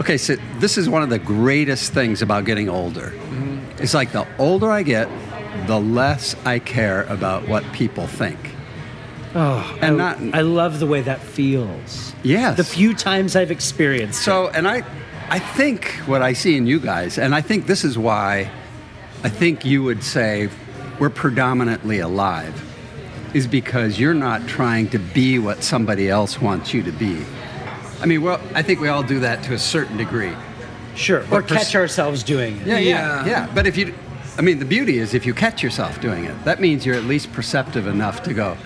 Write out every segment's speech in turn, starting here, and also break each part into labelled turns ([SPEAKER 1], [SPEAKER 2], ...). [SPEAKER 1] Okay, so this is one of the greatest things about getting older.
[SPEAKER 2] Mm-hmm.
[SPEAKER 1] It's like the older I get, the less I care about what people think.
[SPEAKER 2] Oh,
[SPEAKER 1] And
[SPEAKER 2] I,
[SPEAKER 1] not-
[SPEAKER 2] I love the way that feels.
[SPEAKER 1] Yes.
[SPEAKER 2] The few times I've experienced
[SPEAKER 1] So, and I, I think what I see in you guys, and I think this is why I think you would say we're predominantly alive, is because you're not trying to be what somebody else wants you to be. I mean, well, I think we all do that to a certain degree.
[SPEAKER 2] it. Sure. Or
[SPEAKER 1] But pers-
[SPEAKER 2] catch ourselves doing it.
[SPEAKER 1] yeah, yeah. But if you, I mean, the beauty is if you catch yourself doing it, that means you're at least perceptive enough to go,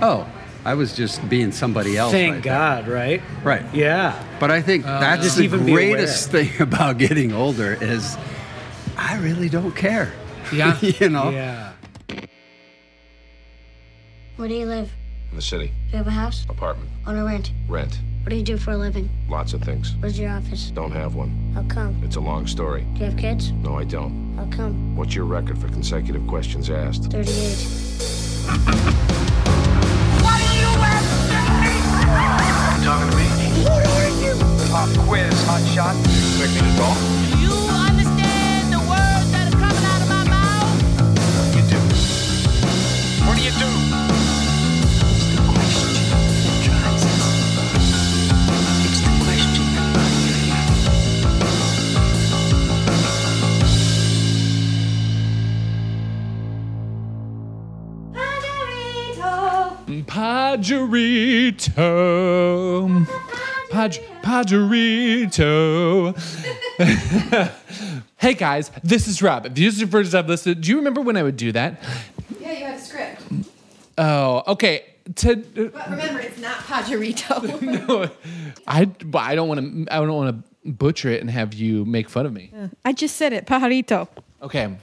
[SPEAKER 1] oh, I was just being somebody else.
[SPEAKER 2] Thank
[SPEAKER 1] right there."
[SPEAKER 2] God, right?
[SPEAKER 1] Right.
[SPEAKER 2] Yeah. Uh,
[SPEAKER 1] But I think that's
[SPEAKER 2] Just
[SPEAKER 1] the
[SPEAKER 2] even be
[SPEAKER 1] greatest thing about getting older is I really don't care.
[SPEAKER 3] Yeah.
[SPEAKER 1] you know?
[SPEAKER 2] Yeah.
[SPEAKER 4] Where do you live?
[SPEAKER 5] In the city.
[SPEAKER 4] Do you have a house?
[SPEAKER 5] Apartment.
[SPEAKER 4] On a rent?
[SPEAKER 5] Rent.
[SPEAKER 4] What do you do for a living?
[SPEAKER 5] Lots of things.
[SPEAKER 4] Where's your office?
[SPEAKER 5] Don't have one.
[SPEAKER 4] How come?
[SPEAKER 5] It's a long story.
[SPEAKER 4] Do you have kids?
[SPEAKER 5] No, I don't.
[SPEAKER 4] How come?
[SPEAKER 5] What's your record for consecutive questions asked?
[SPEAKER 4] 38.
[SPEAKER 6] Why do you You talking to me? What are you? Pop quiz, hot shot. Expect me to talk?
[SPEAKER 7] Do you understand the words that are coming out of my mouth?
[SPEAKER 6] You do. What do you do?
[SPEAKER 8] It's the question that drives us. It's the question that brought you here.
[SPEAKER 3] Pajarito. Paj- Pajarito. hey guys, this is Rob. If this is the first I've listened, do you remember when I would do that?
[SPEAKER 9] Yeah, you had a script.
[SPEAKER 3] Oh, okay. To,
[SPEAKER 9] But remember, it's not Pajarito.
[SPEAKER 3] I, but I don't want to. I don't want to butcher it and have you make fun of me.
[SPEAKER 9] I just said it, Pajarito.
[SPEAKER 3] Okay,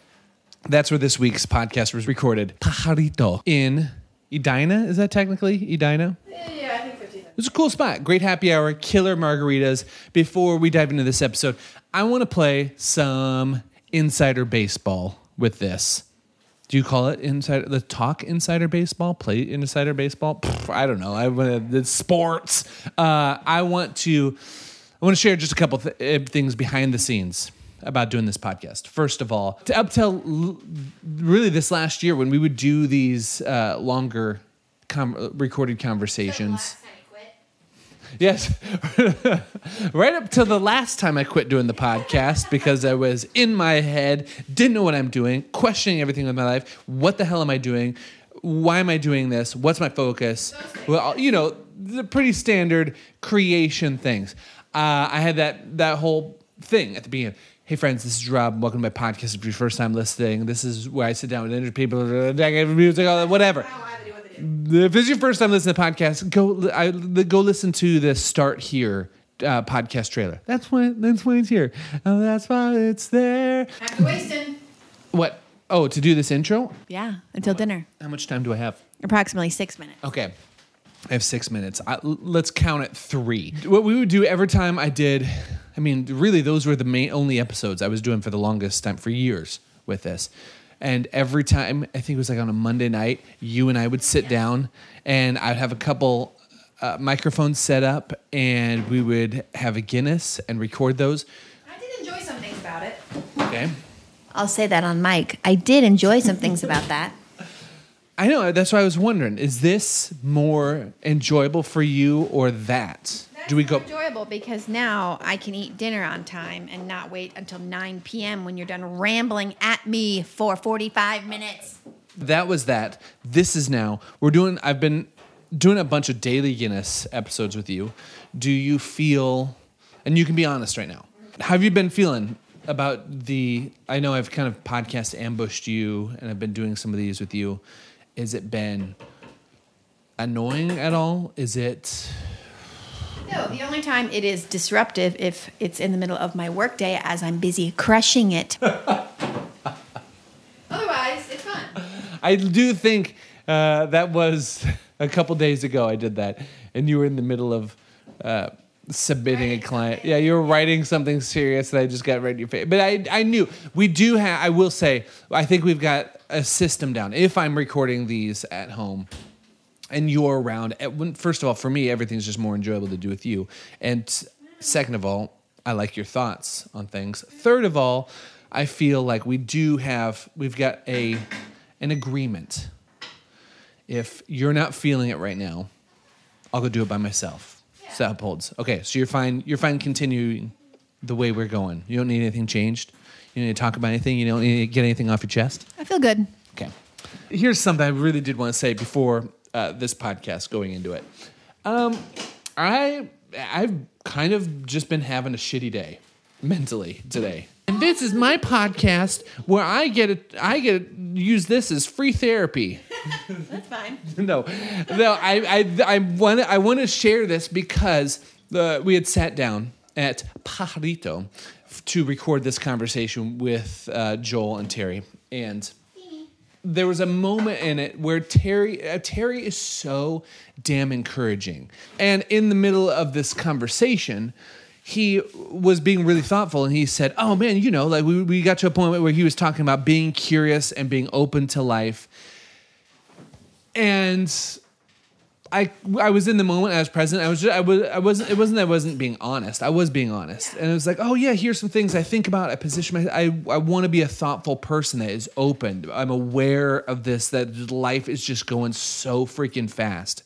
[SPEAKER 3] that's where this week's podcast was recorded. Pajarito in Edina. Is that technically Edina?
[SPEAKER 9] Yeah, I think so too.
[SPEAKER 3] It's a cool spot. Great happy hour, killer margaritas. Before we dive into this episode, I want to play some insider baseball with this. Do you call it insider? The talk insider baseball, play insider baseball. Pff, I don't know. I want it's sports. Uh, I want to. I want to share just a couple th- eh, things behind the scenes about doing this podcast. First of all, to up till l- really this last year when we would do these uh, longer com- recorded conversations. Yes. right up to the last time I quit doing the podcast because I was in my head, didn't know what I'm doing, questioning everything with my life. What the hell am I doing? Why am I doing this? What's my focus? Well, you know, the pretty standard creation things. Uh, I had that that whole thing at the beginning. Hey friends, this is Rob. Welcome to my podcast. If you're your first time listening, this is where I sit down with interview people, music, all that, whatever if this is your first time listening to the podcast, go li- I, li- go listen to the start here uh, podcast trailer. That's when that's when it's here. Oh, that's why it's there.
[SPEAKER 9] After wasting.
[SPEAKER 3] What? Oh, to do this intro.
[SPEAKER 9] Yeah, until dinner.
[SPEAKER 3] How much time do I have?
[SPEAKER 9] Approximately six minutes.
[SPEAKER 3] Okay. I have six minutes. I, l- let's count it three. What we would do every time I did, I mean, really, those were the main only episodes I was doing for the longest time for years with this. And every time, I think it was like on a Monday night, you and I would sit down and I'd have a couple uh, microphones set up and we would have a Guinness and record those.
[SPEAKER 9] I did enjoy some things about it.
[SPEAKER 3] Okay.
[SPEAKER 10] I'll say that on mic. I did enjoy some things about that.
[SPEAKER 3] I know. That's why I was wondering is this more enjoyable for you or that? do we go?
[SPEAKER 9] enjoyable because now I can eat dinner on time and not wait until 9 p.m. when you're done rambling at me for 45 minutes.
[SPEAKER 3] that was that. This is now. We're doing. I've been doing a bunch of daily Guinness episodes with you. Do you feel? And you can be honest right now. How have you been feeling about the? I know I've kind of podcast ambushed you, and I've been doing some of these with you. Has it been annoying at all? Is it?
[SPEAKER 9] No, the only time it is disruptive if it's in the middle of my workday as I'm busy crushing it. Otherwise, it's fun.
[SPEAKER 3] I do think uh, that was a couple days ago. I did that, and you were in the middle of uh, submitting a client. Yeah, you were writing something serious that I just got right in your face. But I, I knew we do have. I will say, I think we've got a system down. If I'm recording these at home, and you're eh, around. at- when- First of all, for me, everything's just more enjoyable to do with you. And s- second of all, I like your thoughts on things. Third of all, I feel like we do have we've got a an agreement. If you're not feeling it right now, I'll go do it by myself. So that upholds. Okay, so you're fine. You're fine continuing the way we're going. You don't need anything changed. You don't need to talk about anything. You don't need to get anything off your chest.
[SPEAKER 9] I feel good.
[SPEAKER 3] Okay. Here's something I really did want to say before uh, this podcast going into it. Um, I I've kind of just been having a shitty day mentally today. And this is my podcast where I get it. I get to use this as free therapy.
[SPEAKER 9] That's fine.
[SPEAKER 3] no, no. I I I want I want to share this because the we had sat down at Pajarito f- to record this conversation with uh, Joel and Terry, and there was a moment in it where Terry uh, Terry is so damn encouraging, and in the middle of this conversation. He was being really thoughtful and he said, Oh man, you know, like we, we got to a point where he was talking about being curious and being open to life and I I was in the moment. I was present. I was just, I was I wasn't it wasn't that I wasn't being honest. I was being honest, and it was like, oh yeah, here's some things I think about. I position my I I want to be a thoughtful person that is open. I'm aware of this that life is just going so freaking fast,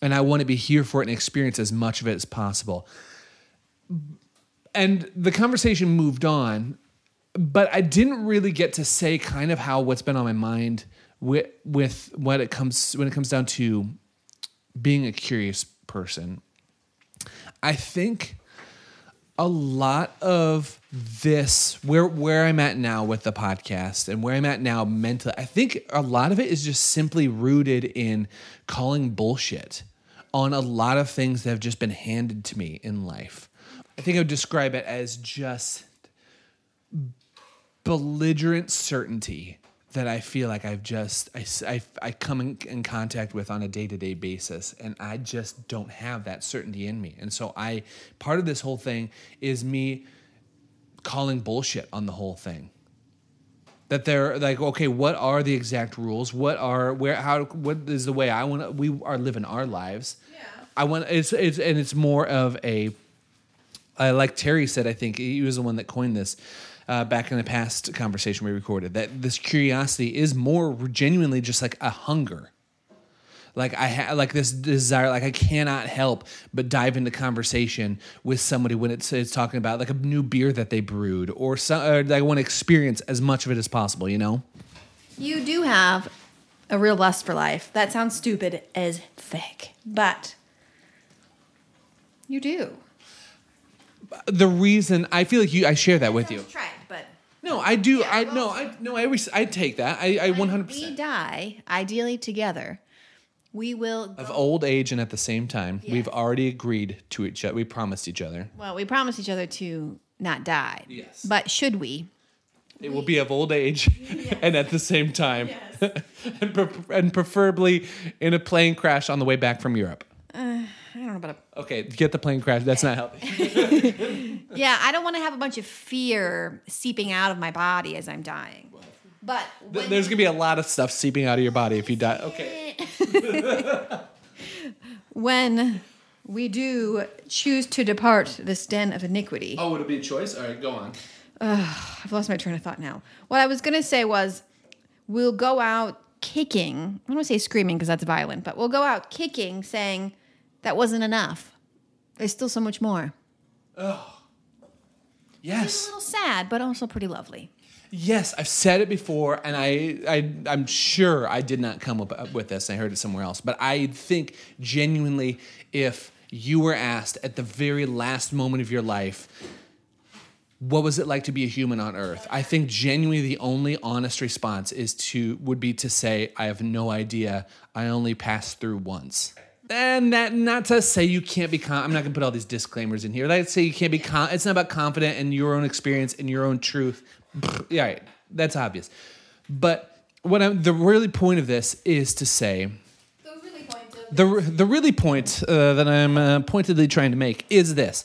[SPEAKER 3] and I want to be here for it and experience as much of it as possible. And the conversation moved on, but I didn't really get to say kind of how what's been on my mind with with what it comes when it comes down to being a curious person. I think a lot of this where where I'm at now with the podcast and where I'm at now mentally, I think a lot of it is just simply rooted in calling bullshit on a lot of things that have just been handed to me in life. I think I would describe it as just belligerent certainty that I feel like I've just I, s- I- I come in, in contact with on a day to day basis, and I just don't have that certainty in me. And so I part of this whole thing is me calling bullshit on the whole thing. That they're like, okay, what are the exact rules? What are where how what is the way I want to we are living our lives? Yeah, I want it's it's and it's more of a uh, like Terry said, I think he was the one that coined this uh, back in the past conversation we recorded. That this curiosity is more genuinely just like a hunger, like I ha- like this desire, like I cannot help but dive into conversation with somebody when it's it's talking about like a new beer that they brewed or some or that I want to experience as much of it as possible. You know,
[SPEAKER 9] You do have a real lust for life. That sounds stupid as fuck, but you do.
[SPEAKER 3] the reason I feel like you, I share that with you.
[SPEAKER 9] Tried, but
[SPEAKER 3] No, I do. I no, I no, I res- I take that. I I one hundred
[SPEAKER 9] we
[SPEAKER 3] percent.
[SPEAKER 9] die ideally together. We will.
[SPEAKER 3] of
[SPEAKER 9] go-
[SPEAKER 3] old age and at the same time we've
[SPEAKER 9] Yes.
[SPEAKER 3] already agreed to each other we promised each other
[SPEAKER 9] well, we promise each other to not die.
[SPEAKER 3] Yes.
[SPEAKER 9] But should we?
[SPEAKER 3] it will be of old age and at the same time and, pre- and preferably in a plane crash on the way back from europe
[SPEAKER 9] I don't know about a
[SPEAKER 3] okay get the plane crash that's not healthy
[SPEAKER 9] Yeah, I don't want to have a bunch of fear seeping out of my body as I'm dying. But
[SPEAKER 3] Th-
[SPEAKER 9] when
[SPEAKER 3] there's gonna be a lot of stuff seeping out of your body if you die okay
[SPEAKER 9] when we do choose to depart this den of iniquity,
[SPEAKER 3] oh would it be a choice all right go on
[SPEAKER 9] I've lost my train of thought now. What I was gonna say was, we'll go out kicking. I don't want to say screaming because that's violent, but we'll go out kicking, saying that wasn't enough. There's still so much more. A
[SPEAKER 3] yes
[SPEAKER 9] little sad, but also pretty lovely.
[SPEAKER 3] yes i've said it before and i, I i'm sure i did not come up up with this i heard it somewhere else but i think genuinely if you were asked at the very last moment of your life what was it like to be a human on earth i think genuinely the only honest response is to would be to say i have no idea i only passed through once and that not to say you can't be con- i'm not gonna put all these disclaimers in here like say you can't be con- it's not about confident in your own experience and your own truth yeah right, that's obvious but what i'm the really point of this is to say the the really point uh, that I'm uh, pointedly trying to make is this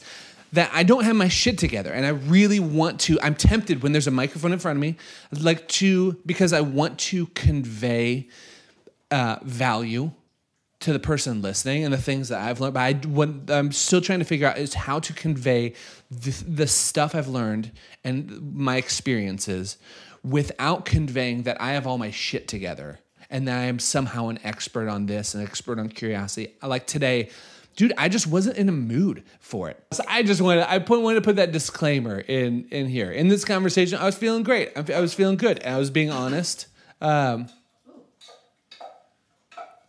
[SPEAKER 3] that I don't have my shit together and I really want to I'm tempted when there's a microphone in front of me like to because I want to convey uh, value to the person listening and the things that I've learned. But I, what I'm still trying to figure out is how to convey the, the stuff I've learned and my experiences without conveying that I have all my shit together and that I am somehow an expert on this, an expert on curiosity. Like today, dude, I just wasn't in a mood for it. So I just wanted, I put, wanted to put that disclaimer in in here. In this conversation, I was feeling great. I, I was feeling good. I was being honest. Um,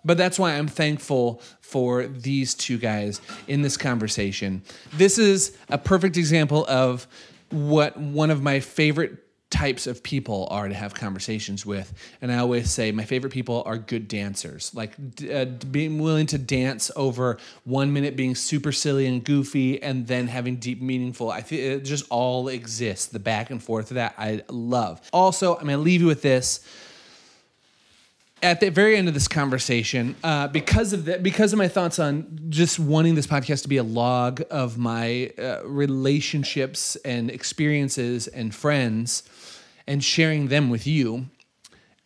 [SPEAKER 3] but that's why I'm thankful for these two guys in this conversation. This is a perfect example of what one of my favorite types of people are to have conversations with. And I always say my favorite people are good dancers, like d- uh, being willing to dance over one minute being super silly and goofy and then having deep meaningful. I think it just all exists. The back and forth of that I love. Also, I'm going to leave you with this at the very end of this conversation, uh, because of that, because of my thoughts on just wanting this podcast to be a log of my uh, relationships and experiences and friends, and sharing them with you,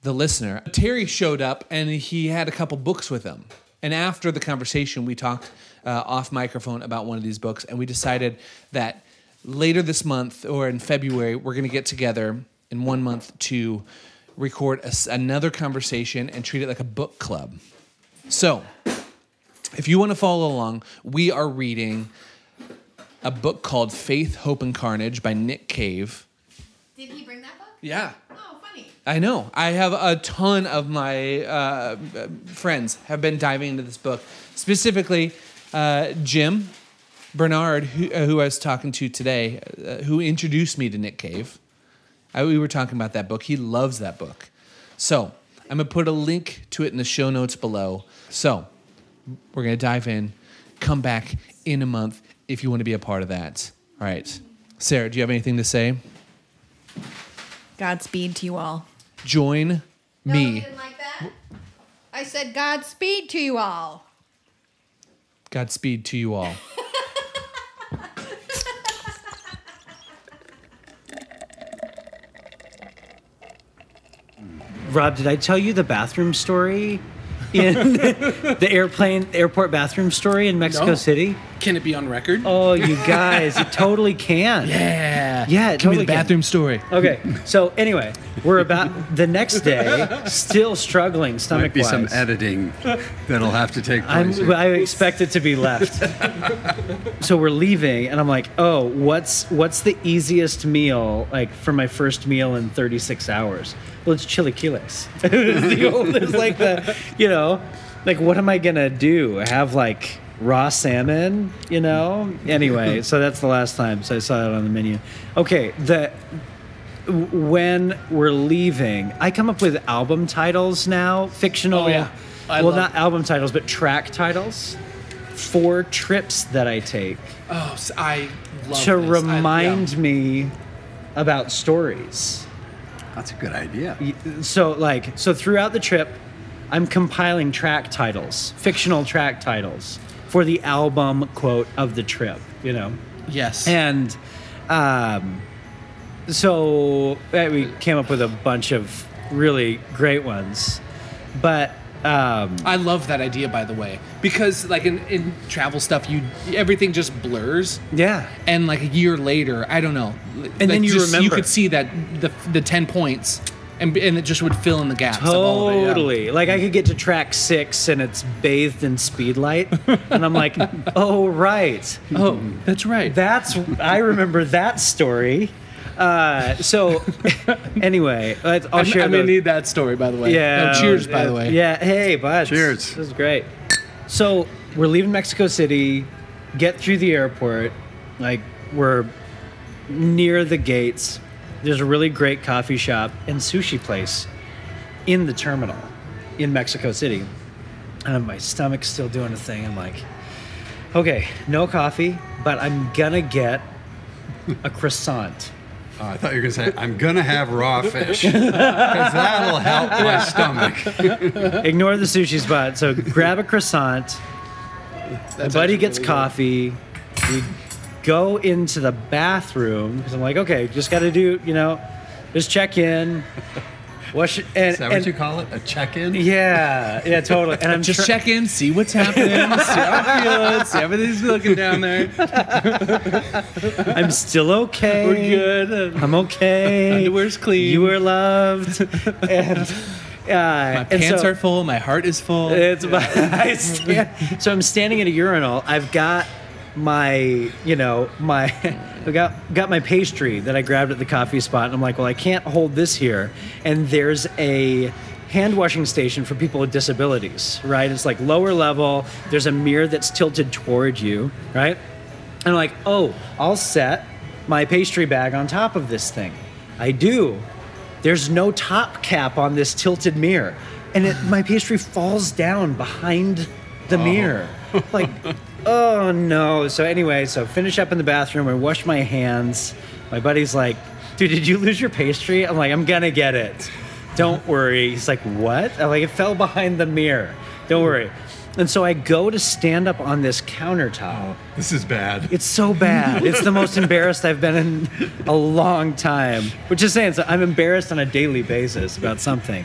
[SPEAKER 3] the listener. Terry showed up and he had a couple books with him. And after the conversation, we talked uh, off microphone about one of these books, and we decided that later this month or in February, we're going to get together in one month to record a s another conversation and treat it like a book club. So, if you want to follow along, we are reading a book called Faith, Hope, and Carnage by Nick Cave.
[SPEAKER 9] Did he bring that book?
[SPEAKER 3] Yeah.
[SPEAKER 9] Oh, funny.
[SPEAKER 3] I know. I have a ton of my uh, friends have been diving into this book, specifically uh, Jim Bernard, who, uh, who I was talking to today, uh, who introduced me to Nick Cave. I, we were talking about that book. He loves that book. So I'm gonna put a link to it in the show notes below. So we're gonna dive in. Come back in a month if you want to be a part of that. All right, Sarah, do you have anything to say?
[SPEAKER 9] Godspeed to you all.
[SPEAKER 3] Join me.
[SPEAKER 9] like that. I said Godspeed to you all.
[SPEAKER 3] Godspeed to you all.
[SPEAKER 2] Rob, did I tell you the bathroom story in the airplane airport bathroom story in Mexico
[SPEAKER 3] No.
[SPEAKER 2] City?
[SPEAKER 3] Can it be on record?
[SPEAKER 2] Oh, you guys, it totally can.
[SPEAKER 3] yeah.
[SPEAKER 2] Yeah, it
[SPEAKER 3] Give me
[SPEAKER 2] totally
[SPEAKER 3] the
[SPEAKER 2] can.
[SPEAKER 3] bathroom story.
[SPEAKER 2] Okay, so anyway, we're about the next day, still struggling stomach
[SPEAKER 1] Might be some
[SPEAKER 2] wise.
[SPEAKER 1] editing that'll have to take
[SPEAKER 2] I'm,
[SPEAKER 1] place. here.
[SPEAKER 2] I expect it to be left. so we're leaving, and I'm like, oh, what's what's the easiest meal like for my first meal in 36 hours? Well, it's chilaquiles. it's, the old, it's like the, you know, like what am I gonna do? Have like raw salmon, you know? Anyway, so that's the last time. So I saw that on the menu. Okay, the when we're leaving, I come up with album titles now, fictional.
[SPEAKER 3] Oh, yeah. I
[SPEAKER 2] well,
[SPEAKER 3] love-
[SPEAKER 2] not album titles, but track titles for trips that I take
[SPEAKER 3] Oh, s- I love
[SPEAKER 2] to
[SPEAKER 3] this. I-
[SPEAKER 2] remind
[SPEAKER 3] yeah.
[SPEAKER 2] me about stories.
[SPEAKER 1] That's a good idea.
[SPEAKER 2] So, like, so throughout the trip, I'm compiling track titles, fictional track titles for the album quote of the trip, you know?
[SPEAKER 3] Yes.
[SPEAKER 2] And um, so eh, we came up with a bunch of really great ones. But um,
[SPEAKER 3] I love that idea, by the way, because like in, in travel stuff, you everything just blurs.
[SPEAKER 2] yeah.
[SPEAKER 3] And like a year later, I don't know. And
[SPEAKER 2] then you
[SPEAKER 3] You
[SPEAKER 2] remember.
[SPEAKER 3] could see that the the ten points, and and it just would fill in the gaps. of all of it, yeah.
[SPEAKER 2] Totally. Like I could get to track six and it's bathed in speed light. and I'm like, oh, right.
[SPEAKER 3] Oh, that's right.
[SPEAKER 2] That's, I remember that story. Uh, so anyway, let's, I'll
[SPEAKER 3] I'm,
[SPEAKER 2] share
[SPEAKER 3] I'm gonna
[SPEAKER 2] those.
[SPEAKER 3] need that story, by the way.
[SPEAKER 2] Yeah.
[SPEAKER 3] No, cheers, by the
[SPEAKER 2] uh,
[SPEAKER 3] way.
[SPEAKER 2] Yeah. Hey, bud.
[SPEAKER 1] Cheers.
[SPEAKER 2] This is great. So we're leaving Mexico City, get through the airport. Like we're near the gates. There's a really great coffee shop and sushi place in the terminal in Mexico City. And my stomach's still doing a thing. I'm like, okay, no coffee, but I'm gonna get a croissant.
[SPEAKER 1] Oh, I thought you were going to say, I'm going to have raw fish because that'll help my stomach.
[SPEAKER 2] Ignore the sushi spot. So grab a croissant. My buddy gets coffee. We go into the bathroom because I'm like, okay, just got to do, you know, just check in. Wash it- and,
[SPEAKER 1] Is that
[SPEAKER 2] and-
[SPEAKER 1] what you call it? A check-in?
[SPEAKER 2] Yeah, yeah, totally. And I'm
[SPEAKER 3] Just
[SPEAKER 2] try-
[SPEAKER 3] check in, see what's happening, see how I'm feeling, see how everything's looking down there.
[SPEAKER 2] I'm still okay.
[SPEAKER 3] We're good.
[SPEAKER 2] I'm okay.
[SPEAKER 3] Underwear's clean.
[SPEAKER 2] You were loved. And uh,
[SPEAKER 3] My pants are full. My heart is full.
[SPEAKER 2] It's my, I stand, so I'm standing in a urinal. I've got my, you know, my, I got got my pastry that I grabbed at the coffee spot, and I'm like, well, I can't hold this here. And there's a hand washing station for people with disabilities, right? It's like lower level. There's a mirror that's tilted toward you, right? And I'm like, oh, I'll set my pastry bag on top of this thing. I do. There's no top cap on this tilted mirror. And it, my pastry falls down behind the mirror. Like, oh no. So, anyway, so finish up in the bathroom. I wash my hands. My buddy's like, dude, did you lose your pastry? I'm like, I'm going to get it. Don't worry. He's like, what? I'm like, it fell behind the mirror. Don't worry. And so I go to stand up on this countertop.
[SPEAKER 1] This is bad.
[SPEAKER 2] It's so bad. It's the most embarrassed I've been in a long time. Which is saying, so I'm embarrassed on a daily basis about something.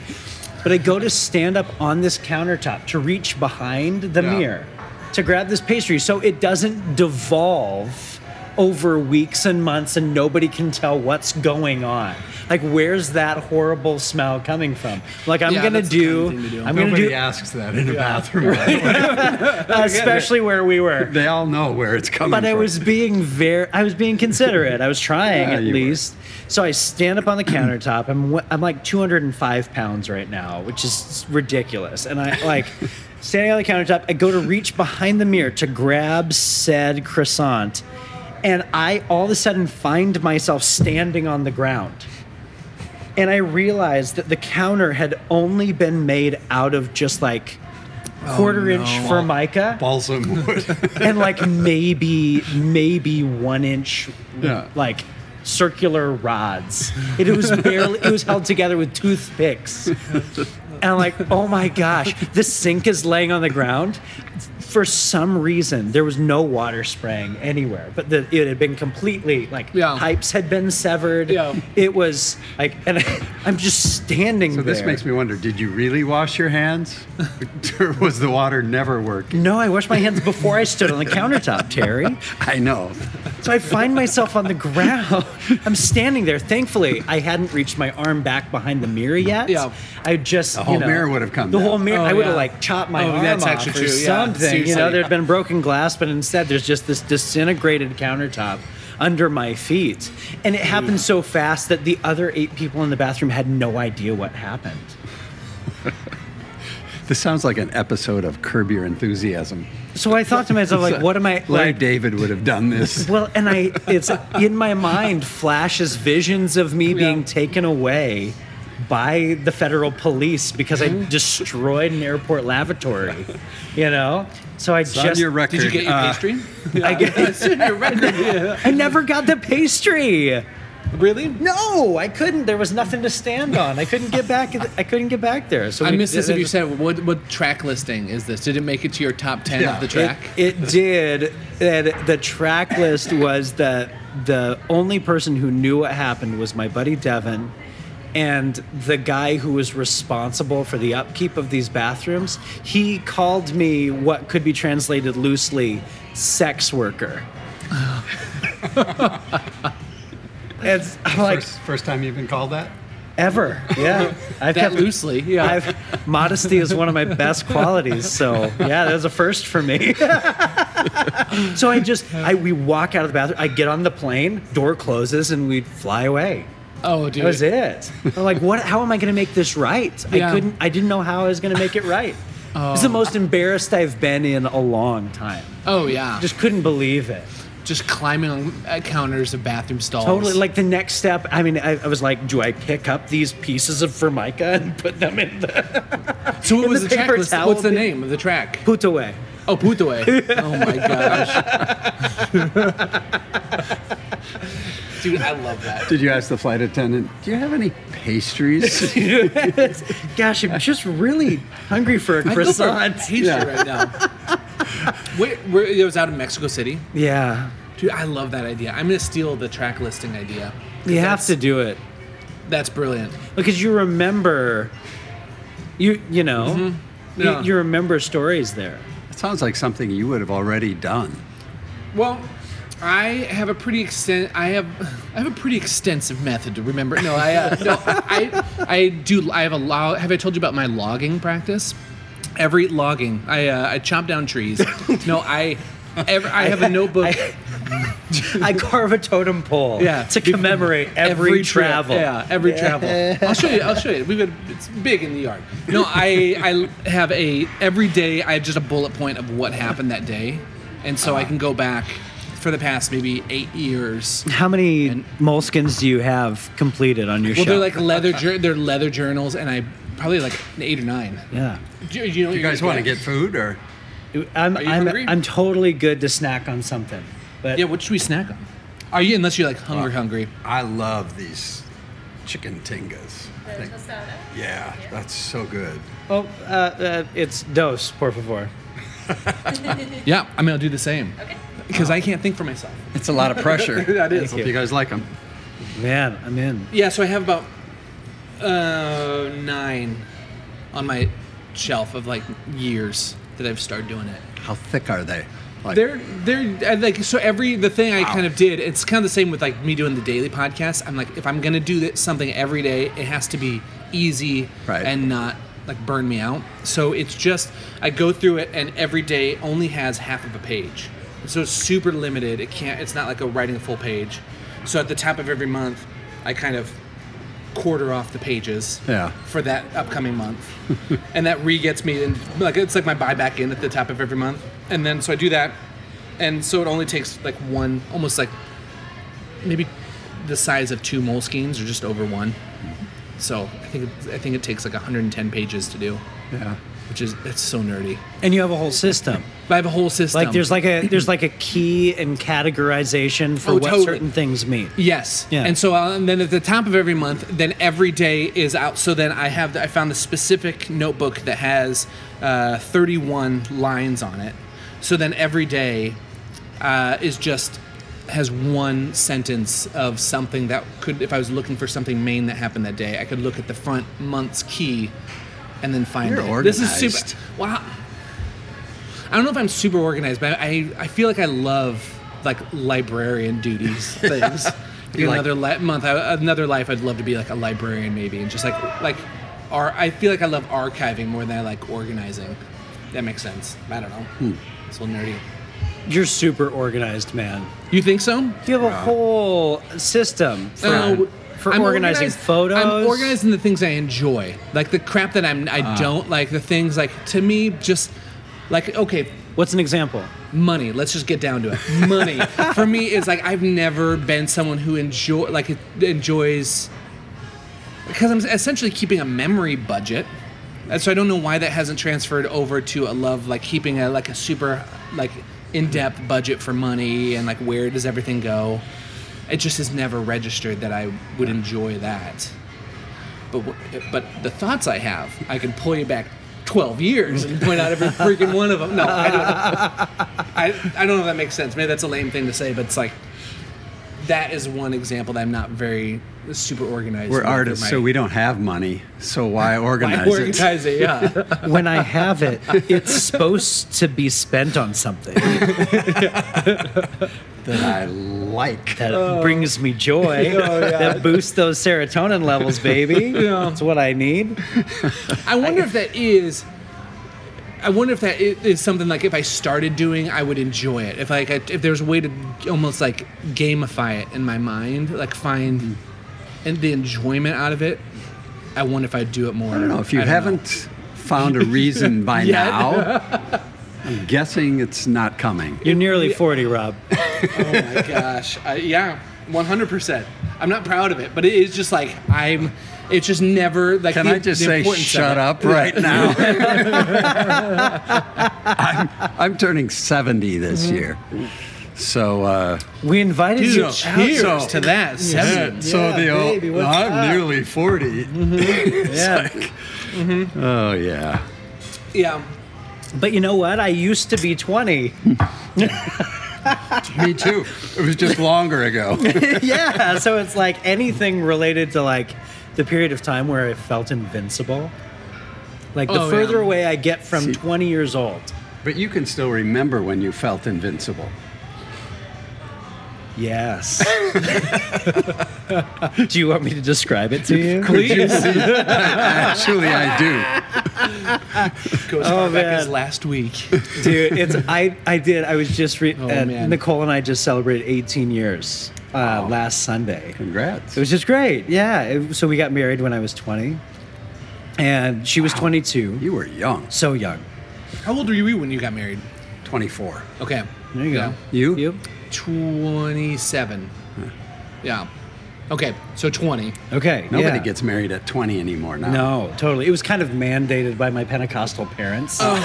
[SPEAKER 2] But I go to stand up on this countertop to reach behind the
[SPEAKER 1] Yeah.
[SPEAKER 2] mirror to grab this pastry so it doesn't devolve over weeks and months and nobody can tell what's going on. Like, where's that horrible smell coming from? Like, I'm
[SPEAKER 3] Yeah,
[SPEAKER 2] gonna
[SPEAKER 3] that's the kind
[SPEAKER 2] do,
[SPEAKER 3] of thing to do.
[SPEAKER 2] I'm
[SPEAKER 1] Nobody
[SPEAKER 2] gonna
[SPEAKER 1] asks that in a bathroom. by the way.
[SPEAKER 2] do, especially where we were.
[SPEAKER 1] They all know where it's coming
[SPEAKER 2] but
[SPEAKER 1] from.
[SPEAKER 2] I was being very, I was being considerate. I was trying
[SPEAKER 1] Yeah,
[SPEAKER 2] at
[SPEAKER 1] you were.
[SPEAKER 2] least. So I stand up on the countertop. I'm wa- I'm like 205 pounds right now, which is ridiculous. And I like standing on the countertop. I go to reach behind the mirror to grab said croissant, and I all of a sudden find myself standing on the ground. And I realized that the counter had only been made out of just like
[SPEAKER 1] Oh,
[SPEAKER 2] quarter inch formica
[SPEAKER 1] balsam wood.
[SPEAKER 2] and like maybe maybe one inch
[SPEAKER 1] Yeah.
[SPEAKER 2] like circular rods it, was barely it was held together with toothpicks and i'm like oh my gosh the sink is laying on the ground for some reason there was no water spraying anywhere but the, it had been completely like
[SPEAKER 3] Yeah.
[SPEAKER 2] pipes had been severed
[SPEAKER 3] Yeah.
[SPEAKER 2] it was like and i'm just standing
[SPEAKER 1] So this
[SPEAKER 2] there.
[SPEAKER 1] makes me wonder: Did you really wash your hands, or was the water never working?
[SPEAKER 2] no i washed my hands before i stood on the countertop terry
[SPEAKER 1] I know.
[SPEAKER 2] So I find myself on the ground. I'm standing there. Thankfully, I hadn't reached my arm back behind the mirror yet.
[SPEAKER 3] Yeah.
[SPEAKER 2] I just
[SPEAKER 1] The whole
[SPEAKER 2] you know,
[SPEAKER 1] mirror would have come
[SPEAKER 2] The
[SPEAKER 1] down.
[SPEAKER 2] whole mirror.
[SPEAKER 3] Oh,
[SPEAKER 2] I would have
[SPEAKER 3] yeah.
[SPEAKER 2] like chopped my
[SPEAKER 3] Oh,
[SPEAKER 2] arm
[SPEAKER 3] that's
[SPEAKER 2] off
[SPEAKER 3] actually
[SPEAKER 2] or
[SPEAKER 3] true, yeah.
[SPEAKER 2] something. you know,
[SPEAKER 3] Seriously.
[SPEAKER 2] there'd been broken glass, but instead there's just this disintegrated countertop under my feet, and it happened so fast that the other eight people in the bathroom had no idea what happened.
[SPEAKER 1] This sounds like an episode of Curb Your Enthusiasm.
[SPEAKER 2] So I thought to myself, like, what am I?
[SPEAKER 1] Larry
[SPEAKER 2] like,
[SPEAKER 1] David would have done this.
[SPEAKER 2] Well, and I, it's in my mind flashes visions of me being taken away by the federal police because I
[SPEAKER 3] Mm-hmm.
[SPEAKER 2] destroyed an airport lavatory, you know? So I
[SPEAKER 1] on
[SPEAKER 2] just,
[SPEAKER 1] your record.
[SPEAKER 3] Did you get your
[SPEAKER 1] uh,
[SPEAKER 3] pastry?
[SPEAKER 2] I, get- I never got the pastry.
[SPEAKER 3] Really?
[SPEAKER 2] No, I couldn't. There was nothing to stand on. I couldn't get back. I couldn't get back there. So
[SPEAKER 3] I
[SPEAKER 2] we-
[SPEAKER 3] missed this. If you
[SPEAKER 2] it-
[SPEAKER 3] said what what track listing is this? Did it make it to your top ten
[SPEAKER 1] Yeah.
[SPEAKER 3] of the track?
[SPEAKER 2] It, it did. And the track list was that the only person who knew what happened was my buddy Devin. And the guy who was responsible for the upkeep of these bathrooms, he called me what could be translated loosely sex worker. it's I'm like
[SPEAKER 1] first, first time you've been called that?
[SPEAKER 2] ever, yeah. I've
[SPEAKER 3] that loosely, yeah.
[SPEAKER 2] I've, modesty is one of my best qualities. So yeah, that was a first for me. so I just I we walk out of the bathroom. I get on the plane. Door closes and we fly away.
[SPEAKER 3] oh, dude.
[SPEAKER 2] That was it. I'm like, what? How am I going to make this right? I
[SPEAKER 3] Yeah.
[SPEAKER 2] couldn't. I didn't know how I was going to make it right. It's the most embarrassed I've been in a long time.
[SPEAKER 3] Oh yeah. Just
[SPEAKER 2] Just couldn't believe it.
[SPEAKER 3] just climbing on uh, counters of bathroom stalls.
[SPEAKER 2] Totally. Like the next step, I mean, I, I was like, do I pick up these pieces of formica and put them in the
[SPEAKER 3] So what
[SPEAKER 2] in
[SPEAKER 3] was
[SPEAKER 2] the
[SPEAKER 3] the, track
[SPEAKER 2] paper
[SPEAKER 3] list?
[SPEAKER 2] towel
[SPEAKER 3] What's the
[SPEAKER 2] thing.
[SPEAKER 3] name of the track?
[SPEAKER 2] put away?
[SPEAKER 3] Oh, Putaway. oh my gosh. Dude, I love that.
[SPEAKER 1] Did you ask the flight attendant? Do you have any pastries?
[SPEAKER 2] Gosh, I'm just really hungry for a
[SPEAKER 3] I feel for a
[SPEAKER 2] croissant.
[SPEAKER 3] pastry right now. Wait, where, it was out of Mexico City.
[SPEAKER 2] Yeah,
[SPEAKER 3] Dude, I love that idea. I'm gonna steal the track listing idea.
[SPEAKER 2] you have to do it.
[SPEAKER 3] That's brilliant.
[SPEAKER 2] because you remember you you know
[SPEAKER 3] Mm-hmm.
[SPEAKER 2] you-
[SPEAKER 1] Yeah.
[SPEAKER 2] you, remember stories there
[SPEAKER 1] It sounds like something you would have already done.
[SPEAKER 3] Well, I have a pretty extent. I have, I have a pretty extensive method to remember. No, I, uh, no, I, I do. I have a log. Have I told you about my logging practice? Every logging, I, uh, I chop down trees. No, I, every, I have a notebook.
[SPEAKER 2] I, I carve a totem pole
[SPEAKER 3] Yeah.
[SPEAKER 2] to commemorate every,
[SPEAKER 3] trip.
[SPEAKER 2] travel
[SPEAKER 3] Yeah, every travel. I'll show you. I'll show you. We've got it's big in the yard. No, I I have a every day. I have just a bullet point of what happened that day, and so I can go back for the past maybe eight years.
[SPEAKER 2] how many moleskins do you have completed on your
[SPEAKER 3] Well,
[SPEAKER 2] show
[SPEAKER 3] they're like leather. Jur- they're leather journals, and I probably like eight or nine.
[SPEAKER 2] yeah
[SPEAKER 3] Do, you, know
[SPEAKER 1] You guys want to get food or?
[SPEAKER 2] i'm
[SPEAKER 3] Are you
[SPEAKER 2] i'm
[SPEAKER 3] hungry?
[SPEAKER 2] i'm totally good to snack on something but
[SPEAKER 3] Yeah, what should we snack on? Are you unless you're like hungry, hungry?
[SPEAKER 1] I love these chicken tingas. I think- Yeah, that's so good.
[SPEAKER 2] oh uh, uh, it's dos por favor
[SPEAKER 3] Yeah, I mean I'll do the same. Okay. Because I can't think for myself.
[SPEAKER 1] It's a lot of pressure.
[SPEAKER 3] That is.
[SPEAKER 1] Hope you guys like them.
[SPEAKER 2] man i'm in
[SPEAKER 3] Yeah, so I have about uh, nine on my shelf of like years that I've started doing it.
[SPEAKER 1] How thick are they? Like,
[SPEAKER 3] They're they're I like so every the thing I kind of did. It's kind of the same with like me doing the daily podcast. I'm like if I'm gonna do that, something every day, it has to be easy
[SPEAKER 1] Right.
[SPEAKER 3] and not like burn me out. So it's just I go through it and every day only has half of a page. So it's super limited. It can't. It's not like a writing a full page. So at the top of every month, I kind of quarter off the pages
[SPEAKER 1] Yeah.
[SPEAKER 3] for that upcoming month and that re-gets me in like it's like my buyback in at the top of every month and then so i do that and so it only takes like one almost like maybe the size of two mole schemes or just over one so i think it, i think it takes like 110 pages to do
[SPEAKER 1] yeah.
[SPEAKER 3] which is it's so nerdy
[SPEAKER 2] and you have a whole system
[SPEAKER 3] but i have a whole system
[SPEAKER 2] Like there's like a there's like a key and categorization for
[SPEAKER 3] Oh,
[SPEAKER 2] what
[SPEAKER 3] totally.
[SPEAKER 2] certain things mean.
[SPEAKER 3] Yes.
[SPEAKER 2] Yeah.
[SPEAKER 3] And so, uh, and then at the top of every month, then every day is out. So then I have, the, I found the specific notebook that has uh, 31 lines on it. So then every day uh, is just has one sentence of something that could, if I was looking for something main that happened that day, I could look at the front month's key and then find
[SPEAKER 1] You're
[SPEAKER 3] it. This is
[SPEAKER 1] organized.
[SPEAKER 3] super. Wow. I don't know if I'm super organized, but I, I feel like I love like librarian duties things.
[SPEAKER 1] You like-
[SPEAKER 3] another li- month, I, another life, I'd love to be like a librarian maybe, and just like like, ar- I feel like I love archiving more than I like organizing. That makes sense. I don't know.
[SPEAKER 1] Hmm.
[SPEAKER 3] It's a little nerdy.
[SPEAKER 2] You're super organized, man.
[SPEAKER 3] You think so?
[SPEAKER 2] You have a whole system for,
[SPEAKER 3] No,
[SPEAKER 2] for
[SPEAKER 3] Oh, I'm
[SPEAKER 2] organizing
[SPEAKER 3] organized-
[SPEAKER 2] photos.
[SPEAKER 3] I'm organizing the things I enjoy, like the crap that I'm
[SPEAKER 2] Ah.
[SPEAKER 3] I don't like. The things like to me just like okay,
[SPEAKER 2] What's an example?
[SPEAKER 3] money let's just get down to it money for me is like i've never been someone who enjoy like enjoys because i'm essentially keeping a memory budget and so i don't know why that hasn't transferred over to a love like keeping a like a super like in-depth budget for money and like where does everything go it just has never registered that i would enjoy that but wh- but the thoughts i have i can pull you back 12 years and point out every freaking one of them no i don't I, I don't know if that makes sense. Maybe that's a lame thing to say, but it's like that is one example that I'm not very super organized.
[SPEAKER 1] We're
[SPEAKER 3] with.
[SPEAKER 1] artists,
[SPEAKER 3] My-
[SPEAKER 1] so we don't have money. So why organize,
[SPEAKER 3] I organize it. Yeah,
[SPEAKER 2] When I have it, it's supposed to be spent on something
[SPEAKER 1] it? That I like.
[SPEAKER 2] that
[SPEAKER 3] Oh.
[SPEAKER 2] brings me joy, that boosts those serotonin levels, baby. That's what I need.
[SPEAKER 3] I wonder if that is. I wonder if that i- is something like if I started doing, I would enjoy it. If like I, if there's a way to almost like gamify it in my mind, like find and the enjoyment out of it. I wonder if I'd do it more.
[SPEAKER 1] I don't know. If you
[SPEAKER 3] know.
[SPEAKER 1] haven't found a reason by
[SPEAKER 3] Yet.
[SPEAKER 1] now, I'm guessing it's not coming.
[SPEAKER 2] You're nearly 40, Rob.
[SPEAKER 3] Oh my gosh. I, yeah, 100%. I'm not proud of it, but it is just like, I'm, it's just never like.
[SPEAKER 1] Can
[SPEAKER 3] the-
[SPEAKER 1] I just
[SPEAKER 3] the
[SPEAKER 1] say,
[SPEAKER 3] importance of
[SPEAKER 1] shut
[SPEAKER 3] it.
[SPEAKER 1] up right now? I'm, I'm turning 70 this year. So, uh,
[SPEAKER 2] We invited
[SPEAKER 3] Dude,
[SPEAKER 2] you. out.
[SPEAKER 3] cheers
[SPEAKER 1] So-
[SPEAKER 3] to that. Seven.
[SPEAKER 1] so the old,
[SPEAKER 2] baby, what's
[SPEAKER 1] I'm
[SPEAKER 2] up?
[SPEAKER 1] nearly 40.
[SPEAKER 2] Yeah.
[SPEAKER 1] Oh, yeah.
[SPEAKER 3] Yeah.
[SPEAKER 2] But you know what? I used to be 20.
[SPEAKER 1] Me too. It was just longer ago.
[SPEAKER 2] yeah, so it's like anything related to like the period of time where I felt invincible. Like the
[SPEAKER 3] Oh, yeah.
[SPEAKER 2] further away I get from 20 years old.
[SPEAKER 1] But you can still remember when you felt invincible.
[SPEAKER 2] Yes. Do you want me to describe it to you?
[SPEAKER 1] Actually, I do.
[SPEAKER 3] Goes
[SPEAKER 2] Oh,
[SPEAKER 3] back
[SPEAKER 2] man.
[SPEAKER 3] as last week.
[SPEAKER 2] dude it's i i did i was just re- uh,
[SPEAKER 3] Oh, man.
[SPEAKER 2] nicole and i just celebrated 18 years uh, last sunday
[SPEAKER 1] Congrats.
[SPEAKER 2] it was just great yeah It- so we got married when i was 20 and she was 22
[SPEAKER 1] you were young.
[SPEAKER 2] so young
[SPEAKER 3] How old were you when you got married?
[SPEAKER 1] 24.
[SPEAKER 3] Okay.
[SPEAKER 2] there you go
[SPEAKER 1] You?
[SPEAKER 2] you
[SPEAKER 3] 27. Yeah. Okay, so 20.
[SPEAKER 2] okay
[SPEAKER 1] Nobody
[SPEAKER 2] yeah.
[SPEAKER 1] gets married at 20 anymore now.
[SPEAKER 2] no totally it was kind of mandated by my pentecostal parents
[SPEAKER 1] Oh.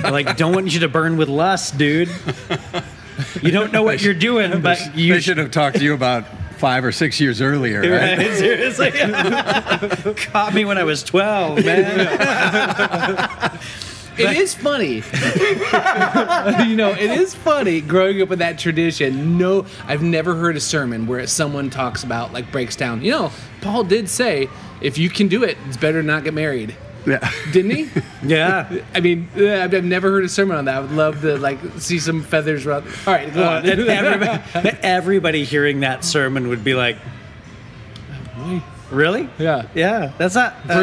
[SPEAKER 2] They're like don't want you to burn with lust dude you don't know what you're doing but you
[SPEAKER 1] They should have talked to you about five or six years earlier, right?
[SPEAKER 2] Right, seriously. Caught me when I was 12, man.
[SPEAKER 3] it is funny. you know, it is funny growing up with that tradition. No, I've never heard a sermon where someone talks about, like, breaks down. You know, Paul did say, if you can do it, it's better to not get married.
[SPEAKER 1] Yeah.
[SPEAKER 3] Didn't he?
[SPEAKER 2] Yeah.
[SPEAKER 3] I mean, uh, I've I've never heard a sermon on that. I would love to like see some feathers rub. All right, go
[SPEAKER 2] Uh,
[SPEAKER 3] on.
[SPEAKER 2] that everybody, that everybody hearing that sermon would be like, really?
[SPEAKER 3] Yeah.
[SPEAKER 2] Yeah. That's not. uh,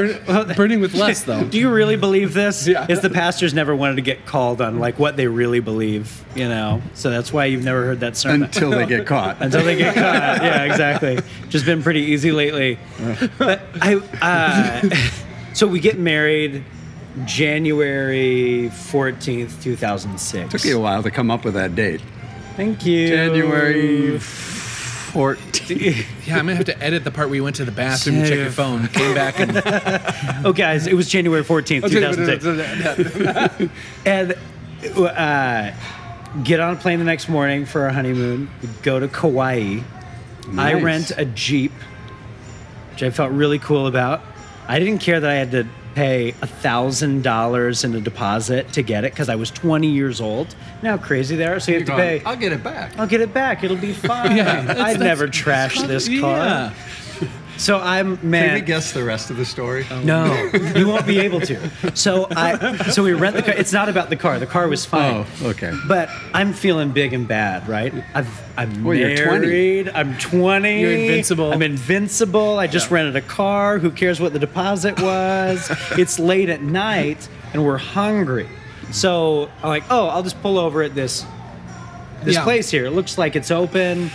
[SPEAKER 3] Burn- burning with lust, though.
[SPEAKER 2] Do you really believe this?
[SPEAKER 3] Yeah.
[SPEAKER 2] Is the pastors never wanted to get called on like what they really believe, you know? So that's why you've never heard that sermon.
[SPEAKER 1] Until they get caught.
[SPEAKER 2] until they get caught. yeah, exactly. Just been pretty easy lately. But I, uh, so we get married January fourteenth, two thousand six.
[SPEAKER 1] Took you a while to come up with that date.
[SPEAKER 2] Thank you.
[SPEAKER 1] January 14th.
[SPEAKER 3] yeah, I'm gonna have to edit the part where you went to the bathroom, check your phone, came back, and
[SPEAKER 2] Oh, guys, it was January fourteenth, two thousand six. and uh, get on a plane the next morning for our honeymoon. We go to Kauai. I
[SPEAKER 1] Nice.
[SPEAKER 2] rent a jeep, which I felt really cool about. I didn't care that I had to pay a thousand dollars in a deposit to get it because I was 20 years old. You know how crazy they are. So you have to pay.
[SPEAKER 1] I'll get it back.
[SPEAKER 2] I'll get it back. It'll be fine. I'd never trash this car.
[SPEAKER 3] Yeah.
[SPEAKER 2] So I'm man.
[SPEAKER 1] Can we guess the rest of the story?
[SPEAKER 2] No, you won't be able to. So I, so we rent the car. It's not about the car. The car was fine.
[SPEAKER 1] Oh, okay.
[SPEAKER 2] But I'm feeling big and bad, right? I've, I'm
[SPEAKER 1] Well, you're 20.
[SPEAKER 2] married. I'm 20.
[SPEAKER 3] You're invincible.
[SPEAKER 2] I'm invincible. I just rented a car. Who cares what the deposit was? it's late at night, and we're hungry. So I'm like, oh, I'll just pull over at this this
[SPEAKER 3] Yeah.
[SPEAKER 2] place here. It looks like it's open.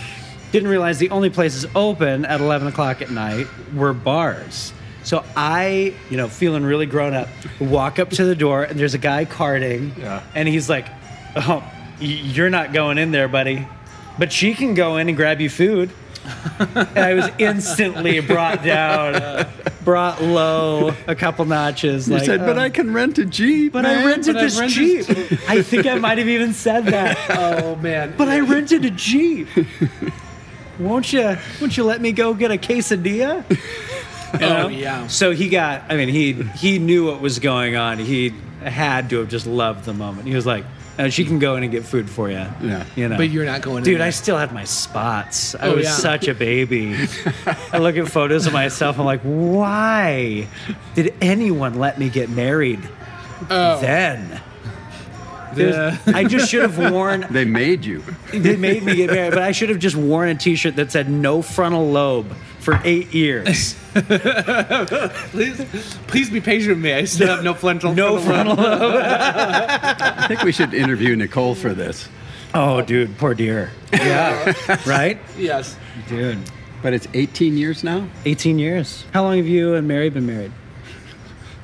[SPEAKER 2] Didn't realize the only places open at 11 o'clock at night were bars. So I, you know, feeling really grown up, walk up to the door and there's a guy carting, and he's like, "Oh, y- you're not going in there, buddy, but she can go in and grab you food." and I was instantly brought down, brought low a couple notches.
[SPEAKER 1] You
[SPEAKER 2] like,
[SPEAKER 1] said, but
[SPEAKER 2] "Oh."
[SPEAKER 1] I can rent a Jeep.
[SPEAKER 2] But
[SPEAKER 1] man."
[SPEAKER 2] I rented
[SPEAKER 3] but I
[SPEAKER 2] this
[SPEAKER 3] rented-
[SPEAKER 2] Jeep. I think I might have even said that.
[SPEAKER 3] Oh man.
[SPEAKER 2] But I rented a Jeep. won't you won't you let me go get a quesadilla? You know?
[SPEAKER 3] Oh, yeah.
[SPEAKER 2] So he got I mean he he knew what was going on. He had to have just loved the moment. He was like, oh, she can go in and get food for you. Yeah. You know.
[SPEAKER 3] But you're not going in
[SPEAKER 2] Dude,
[SPEAKER 3] there.
[SPEAKER 2] I still had my spots. I
[SPEAKER 3] Oh,
[SPEAKER 2] was
[SPEAKER 3] yeah.
[SPEAKER 2] such a baby. I look at photos of myself, I'm like, why did anyone let me get married
[SPEAKER 3] Oh.
[SPEAKER 2] then? There's- I just should have worn
[SPEAKER 1] They made you.
[SPEAKER 2] they made me get married, but I should have just worn a T-shirt that said "No frontal lobe" for eight years.
[SPEAKER 3] please, please be patient with me. I still have no frontal.
[SPEAKER 2] No frontal lobe.
[SPEAKER 1] I think we should interview Nicole for this.
[SPEAKER 2] Oh, dude, poor dear. Yeah, right,
[SPEAKER 3] Yes.
[SPEAKER 2] dude.
[SPEAKER 1] But it's 18 years now?
[SPEAKER 2] Eighteen years. How long have you and Mary been married?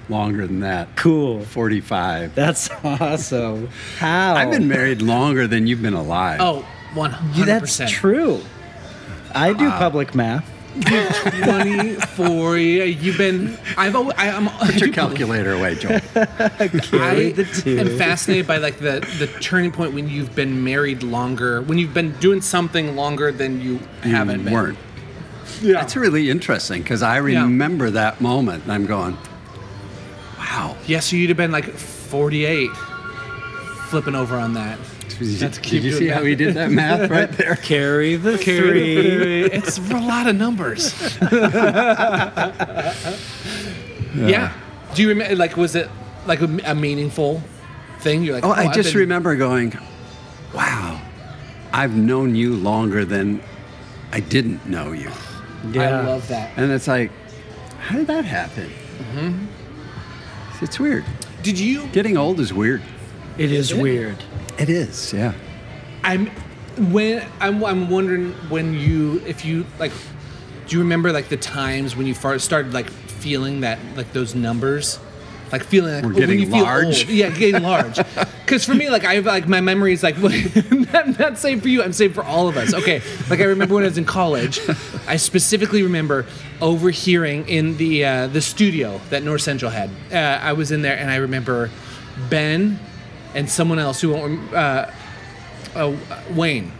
[SPEAKER 1] Longer than that.
[SPEAKER 2] Cool.
[SPEAKER 1] 45.
[SPEAKER 2] That's awesome. How?
[SPEAKER 1] I've been married longer than you've been alive.
[SPEAKER 3] Oh, 100.
[SPEAKER 2] That's true. I do public math.
[SPEAKER 3] 24. Yeah, you've been. I've always. I, I'm.
[SPEAKER 1] Put your calculator away, Joel.
[SPEAKER 3] I
[SPEAKER 2] the two.
[SPEAKER 3] am fascinated by like the the turning point when you've been married longer, when you've been doing something longer than you, haven't been.
[SPEAKER 1] weren't. That's really interesting because I remember that moment and I'm going, wow,
[SPEAKER 3] Yeah, so you'd have been like 48 flipping over on that.
[SPEAKER 1] Did,
[SPEAKER 3] keep
[SPEAKER 1] you
[SPEAKER 3] doing
[SPEAKER 1] see how
[SPEAKER 3] math.
[SPEAKER 1] he did that math right there?
[SPEAKER 2] Carry the three.
[SPEAKER 3] it's a lot of numbers. yeah. Do you remember? Like, was it like a, a meaningful thing? You're like,
[SPEAKER 1] Oh, I
[SPEAKER 3] I've
[SPEAKER 1] just
[SPEAKER 3] been-
[SPEAKER 1] remember going, wow, I've known you longer than I didn't know you.
[SPEAKER 2] Yeah.
[SPEAKER 3] I love that.
[SPEAKER 1] And it's like, how did that happen? Mm-hmm. It's weird.
[SPEAKER 3] Did you?
[SPEAKER 1] Getting old is weird.
[SPEAKER 2] It is
[SPEAKER 3] it?
[SPEAKER 2] weird.
[SPEAKER 1] It is, yeah.
[SPEAKER 3] I'm when I'm, I'm wondering when you if you like. Do you remember like the times when you first started like feeling that like those numbers? Like feeling like
[SPEAKER 1] We're
[SPEAKER 3] oh, when
[SPEAKER 1] getting
[SPEAKER 3] you feel
[SPEAKER 1] large.
[SPEAKER 3] old. yeah, getting large. Because for me, like I have like my memory is like not, not saying for you. I'm saying for all of us. Okay, like I remember when I was in college, I specifically remember overhearing in the uh, the studio that North Central had. Uh, I was in there and I remember Ben and someone else who won't rem- uh, uh, Wayne.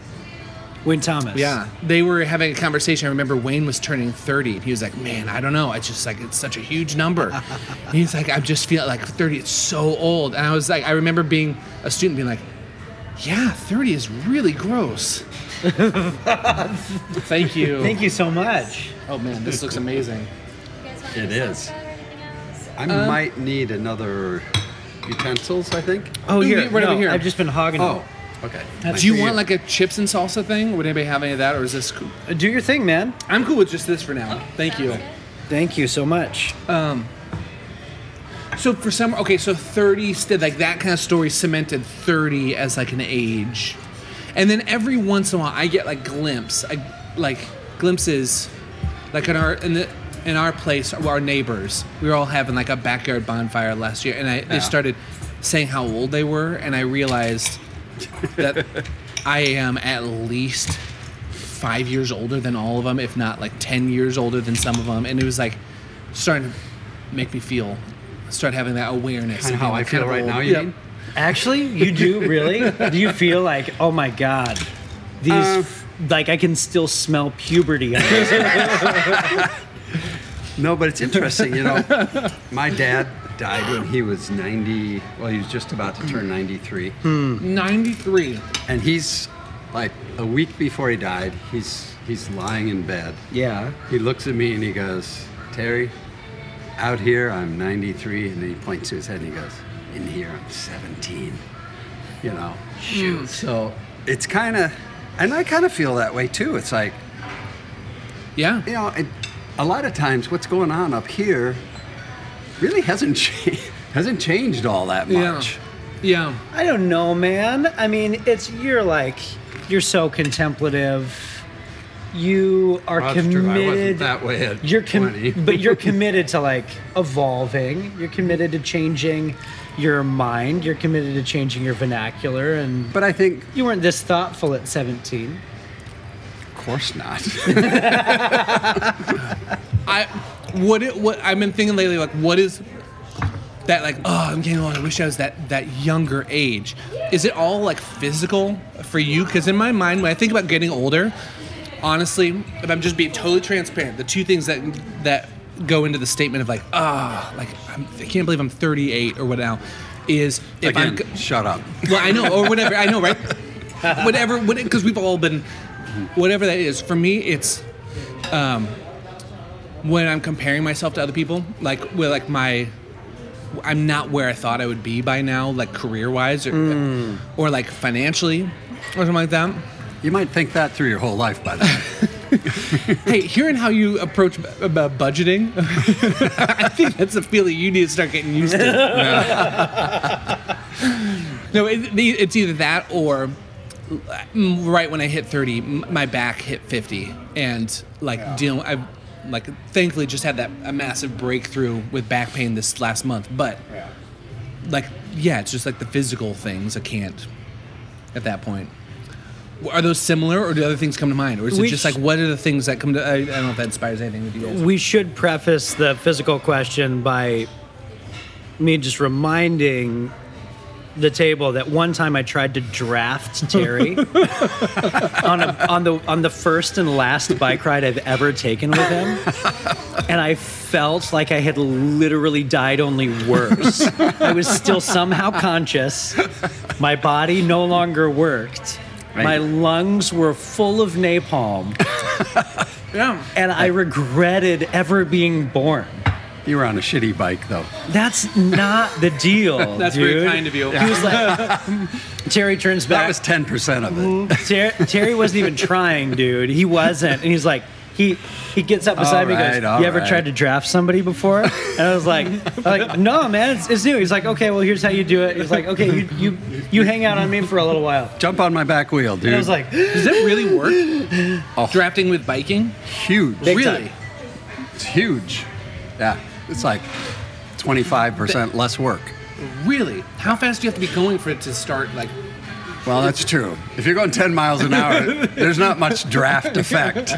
[SPEAKER 2] Win Thomas.
[SPEAKER 3] Yeah, they were having a conversation. I remember Wayne was turning 30, and he was like, "Man, I don't know. It's just like it's such a huge number." and he's like, "I just feel like 30. It's so old." And I was like, I remember being a student, being like, "Yeah, 30 is really gross." Thank you.
[SPEAKER 2] Thank you so much.
[SPEAKER 3] Oh man, this looks amazing.
[SPEAKER 1] It is. I might need another utensils, I think.
[SPEAKER 2] Oh,
[SPEAKER 3] Ooh,
[SPEAKER 2] here,
[SPEAKER 3] yeah, right
[SPEAKER 2] no,
[SPEAKER 3] over here.
[SPEAKER 2] I've just been hogging.
[SPEAKER 1] Oh,
[SPEAKER 2] Oh,
[SPEAKER 1] okay.
[SPEAKER 3] Do you want like a chips and salsa thing? Would anybody have any of that, or is this cool?
[SPEAKER 2] do your thing, man.
[SPEAKER 3] I'm cool with just this for now. Thank you.
[SPEAKER 2] Thank you so much.
[SPEAKER 3] So for some, okay, so thirty, st- like that kind of story, cemented thirty as like an age, and then every once in a while, I get like glimpse, I, like glimpses, like in our in the in our place, our neighbors, we were all having like a backyard bonfire last year, and I they started saying how old they were, and I realized that I am at least five years older than all of them, if not like 10 years older than some of them. And it was like starting to make me feel, start having that awareness.
[SPEAKER 1] Kinda
[SPEAKER 3] of
[SPEAKER 1] how
[SPEAKER 3] being,
[SPEAKER 1] I
[SPEAKER 3] like,
[SPEAKER 1] feel
[SPEAKER 3] kind of
[SPEAKER 1] right
[SPEAKER 3] old.
[SPEAKER 1] now, you
[SPEAKER 3] Yep.
[SPEAKER 1] mean?
[SPEAKER 2] Actually, you do really? do you feel like, oh my god, these, f- like I can still smell puberty? on this.
[SPEAKER 1] No, but it's interesting, you know. my dad died when he was 90, well, he was just about to turn 93.
[SPEAKER 3] 93.
[SPEAKER 1] And he's like a week before he died, he's he's lying in bed.
[SPEAKER 2] yeah.
[SPEAKER 1] He looks at me and he goes, "Terry, out here I'm 93." And then he points to his head and he goes, "In here I'm 17." You know. Shoot. So, it's kind of and I kind of feel that way too. It's like
[SPEAKER 3] Yeah.
[SPEAKER 1] you know, it, a lot of times what's going on up here really hasn't cha- hasn't changed all that much.
[SPEAKER 3] Yeah. Yeah.
[SPEAKER 2] I don't know, man. I mean, it's you're like you're so contemplative. You are
[SPEAKER 1] That's
[SPEAKER 2] committed.
[SPEAKER 1] true. I wasn't that way at
[SPEAKER 2] you're
[SPEAKER 1] 20.
[SPEAKER 2] but you're committed to like evolving. You're committed to changing your mind. You're committed to changing your vernacular and
[SPEAKER 1] But I think,
[SPEAKER 2] you weren't this thoughtful at 17.
[SPEAKER 1] of course not.
[SPEAKER 3] I, what it, what I've been thinking lately, like, what is that, like, oh, I'm getting old. I wish I was that, that younger age. Is it all like physical for you? Because in my mind, when I think about getting older, honestly, if I'm just being totally transparent, the two things that, that go into the statement of like, ah, like, I'm, I can't believe I'm 38 or what now, is if I'm,
[SPEAKER 1] Again,
[SPEAKER 3] g-
[SPEAKER 1] shut up.
[SPEAKER 3] well, I know, or whatever. I know, right? whatever, because we've all been, whatever that is. For me, it's um, when I'm comparing myself to other people, like with like my, I'm not where I thought I would be by now, like career wise, or, or like financially, or something like that.
[SPEAKER 1] You might think that through your whole life by then.
[SPEAKER 3] Hey, hearing how you approach b- about budgeting, I think that's a feeling you need to start getting used to. no, it, the- it's either that or mm, right when I hit 30, m- my back hit 50. And like, dealing, I like thankfully just had that a massive breakthrough with back pain this last month. But like, yeah, it's just like the physical things I can't at that point. Are those similar, or do other things come to mind, or is it
[SPEAKER 2] Which-
[SPEAKER 3] just like what are the things that come to? I, I don't know if that inspires anything with you guys.
[SPEAKER 2] We should preface the physical question by me just reminding the table that one time I tried to draft Terry on a, on the on the first and last bike ride I've ever taken with him, and I felt like I had literally died only worse. I was still somehow conscious. My body no longer worked.
[SPEAKER 1] Right.
[SPEAKER 2] My lungs were full of napalm. And I regretted ever being born.
[SPEAKER 1] You were on a shitty bike, though.
[SPEAKER 2] That's not the deal.
[SPEAKER 3] That's
[SPEAKER 2] dude.
[SPEAKER 3] very kind of you.
[SPEAKER 2] He was like, Terry turns
[SPEAKER 1] That
[SPEAKER 2] back.
[SPEAKER 1] was 10% of it.
[SPEAKER 2] Ter- Terry wasn't even trying, dude. He wasn't, and he's like, he he gets up beside me.
[SPEAKER 1] All
[SPEAKER 2] and
[SPEAKER 1] right,
[SPEAKER 2] goes,
[SPEAKER 1] all
[SPEAKER 2] you ever
[SPEAKER 1] right."
[SPEAKER 2] tried to draft somebody before? And I was like, I'm like no, man, it's, it's new. He's like, okay, well, here's how you do it. He's like, okay, you you you hang out on me for a little while.
[SPEAKER 1] Jump on my back wheel, dude.
[SPEAKER 2] And I was like,
[SPEAKER 3] Does that really work? Oh. Drafting with biking?
[SPEAKER 1] huge.
[SPEAKER 2] Big
[SPEAKER 3] really?
[SPEAKER 2] time.
[SPEAKER 1] It's huge. Yeah. It's like 25% less work.
[SPEAKER 3] Really? How fast do you have to be going for it to start? Like,
[SPEAKER 1] Well, that's true. If you're going 10 miles an hour, there's not much draft effect.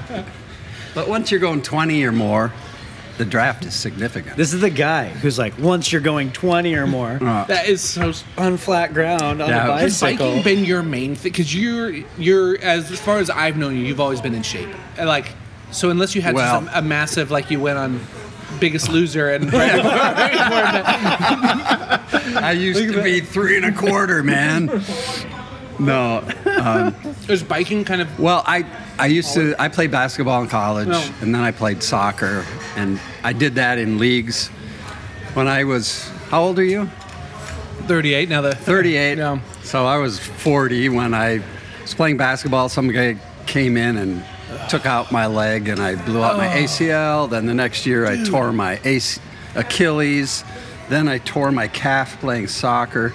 [SPEAKER 1] But once you're going 20 or more, the draft is significant.
[SPEAKER 2] this is the guy who's like, once you're going 20 or more
[SPEAKER 3] that is so.
[SPEAKER 2] on flat ground on
[SPEAKER 1] Uh. Yeah.
[SPEAKER 2] a
[SPEAKER 1] Has
[SPEAKER 3] Has
[SPEAKER 2] bicycle.
[SPEAKER 3] biking been your main thing? Because you're you're as, as far as I've known you, you've always been in shape. And, Like, so unless you had
[SPEAKER 1] Well-
[SPEAKER 3] some, a massive like you went on Biggest Loser and
[SPEAKER 1] I used to be three and a quarter, man. No.
[SPEAKER 3] there's biking kind of
[SPEAKER 1] Well, I I used to I played basketball in college
[SPEAKER 3] No.
[SPEAKER 1] and then I played soccer and I did that in leagues. When I was how old are you?
[SPEAKER 3] 38 now the
[SPEAKER 1] 38.
[SPEAKER 3] No.
[SPEAKER 1] So I was 40 when I was playing basketball. Some guy came in and took out my leg, and I blew out my ACL. Then the next year, I tore my AC- Achilles. Then I tore my calf playing soccer.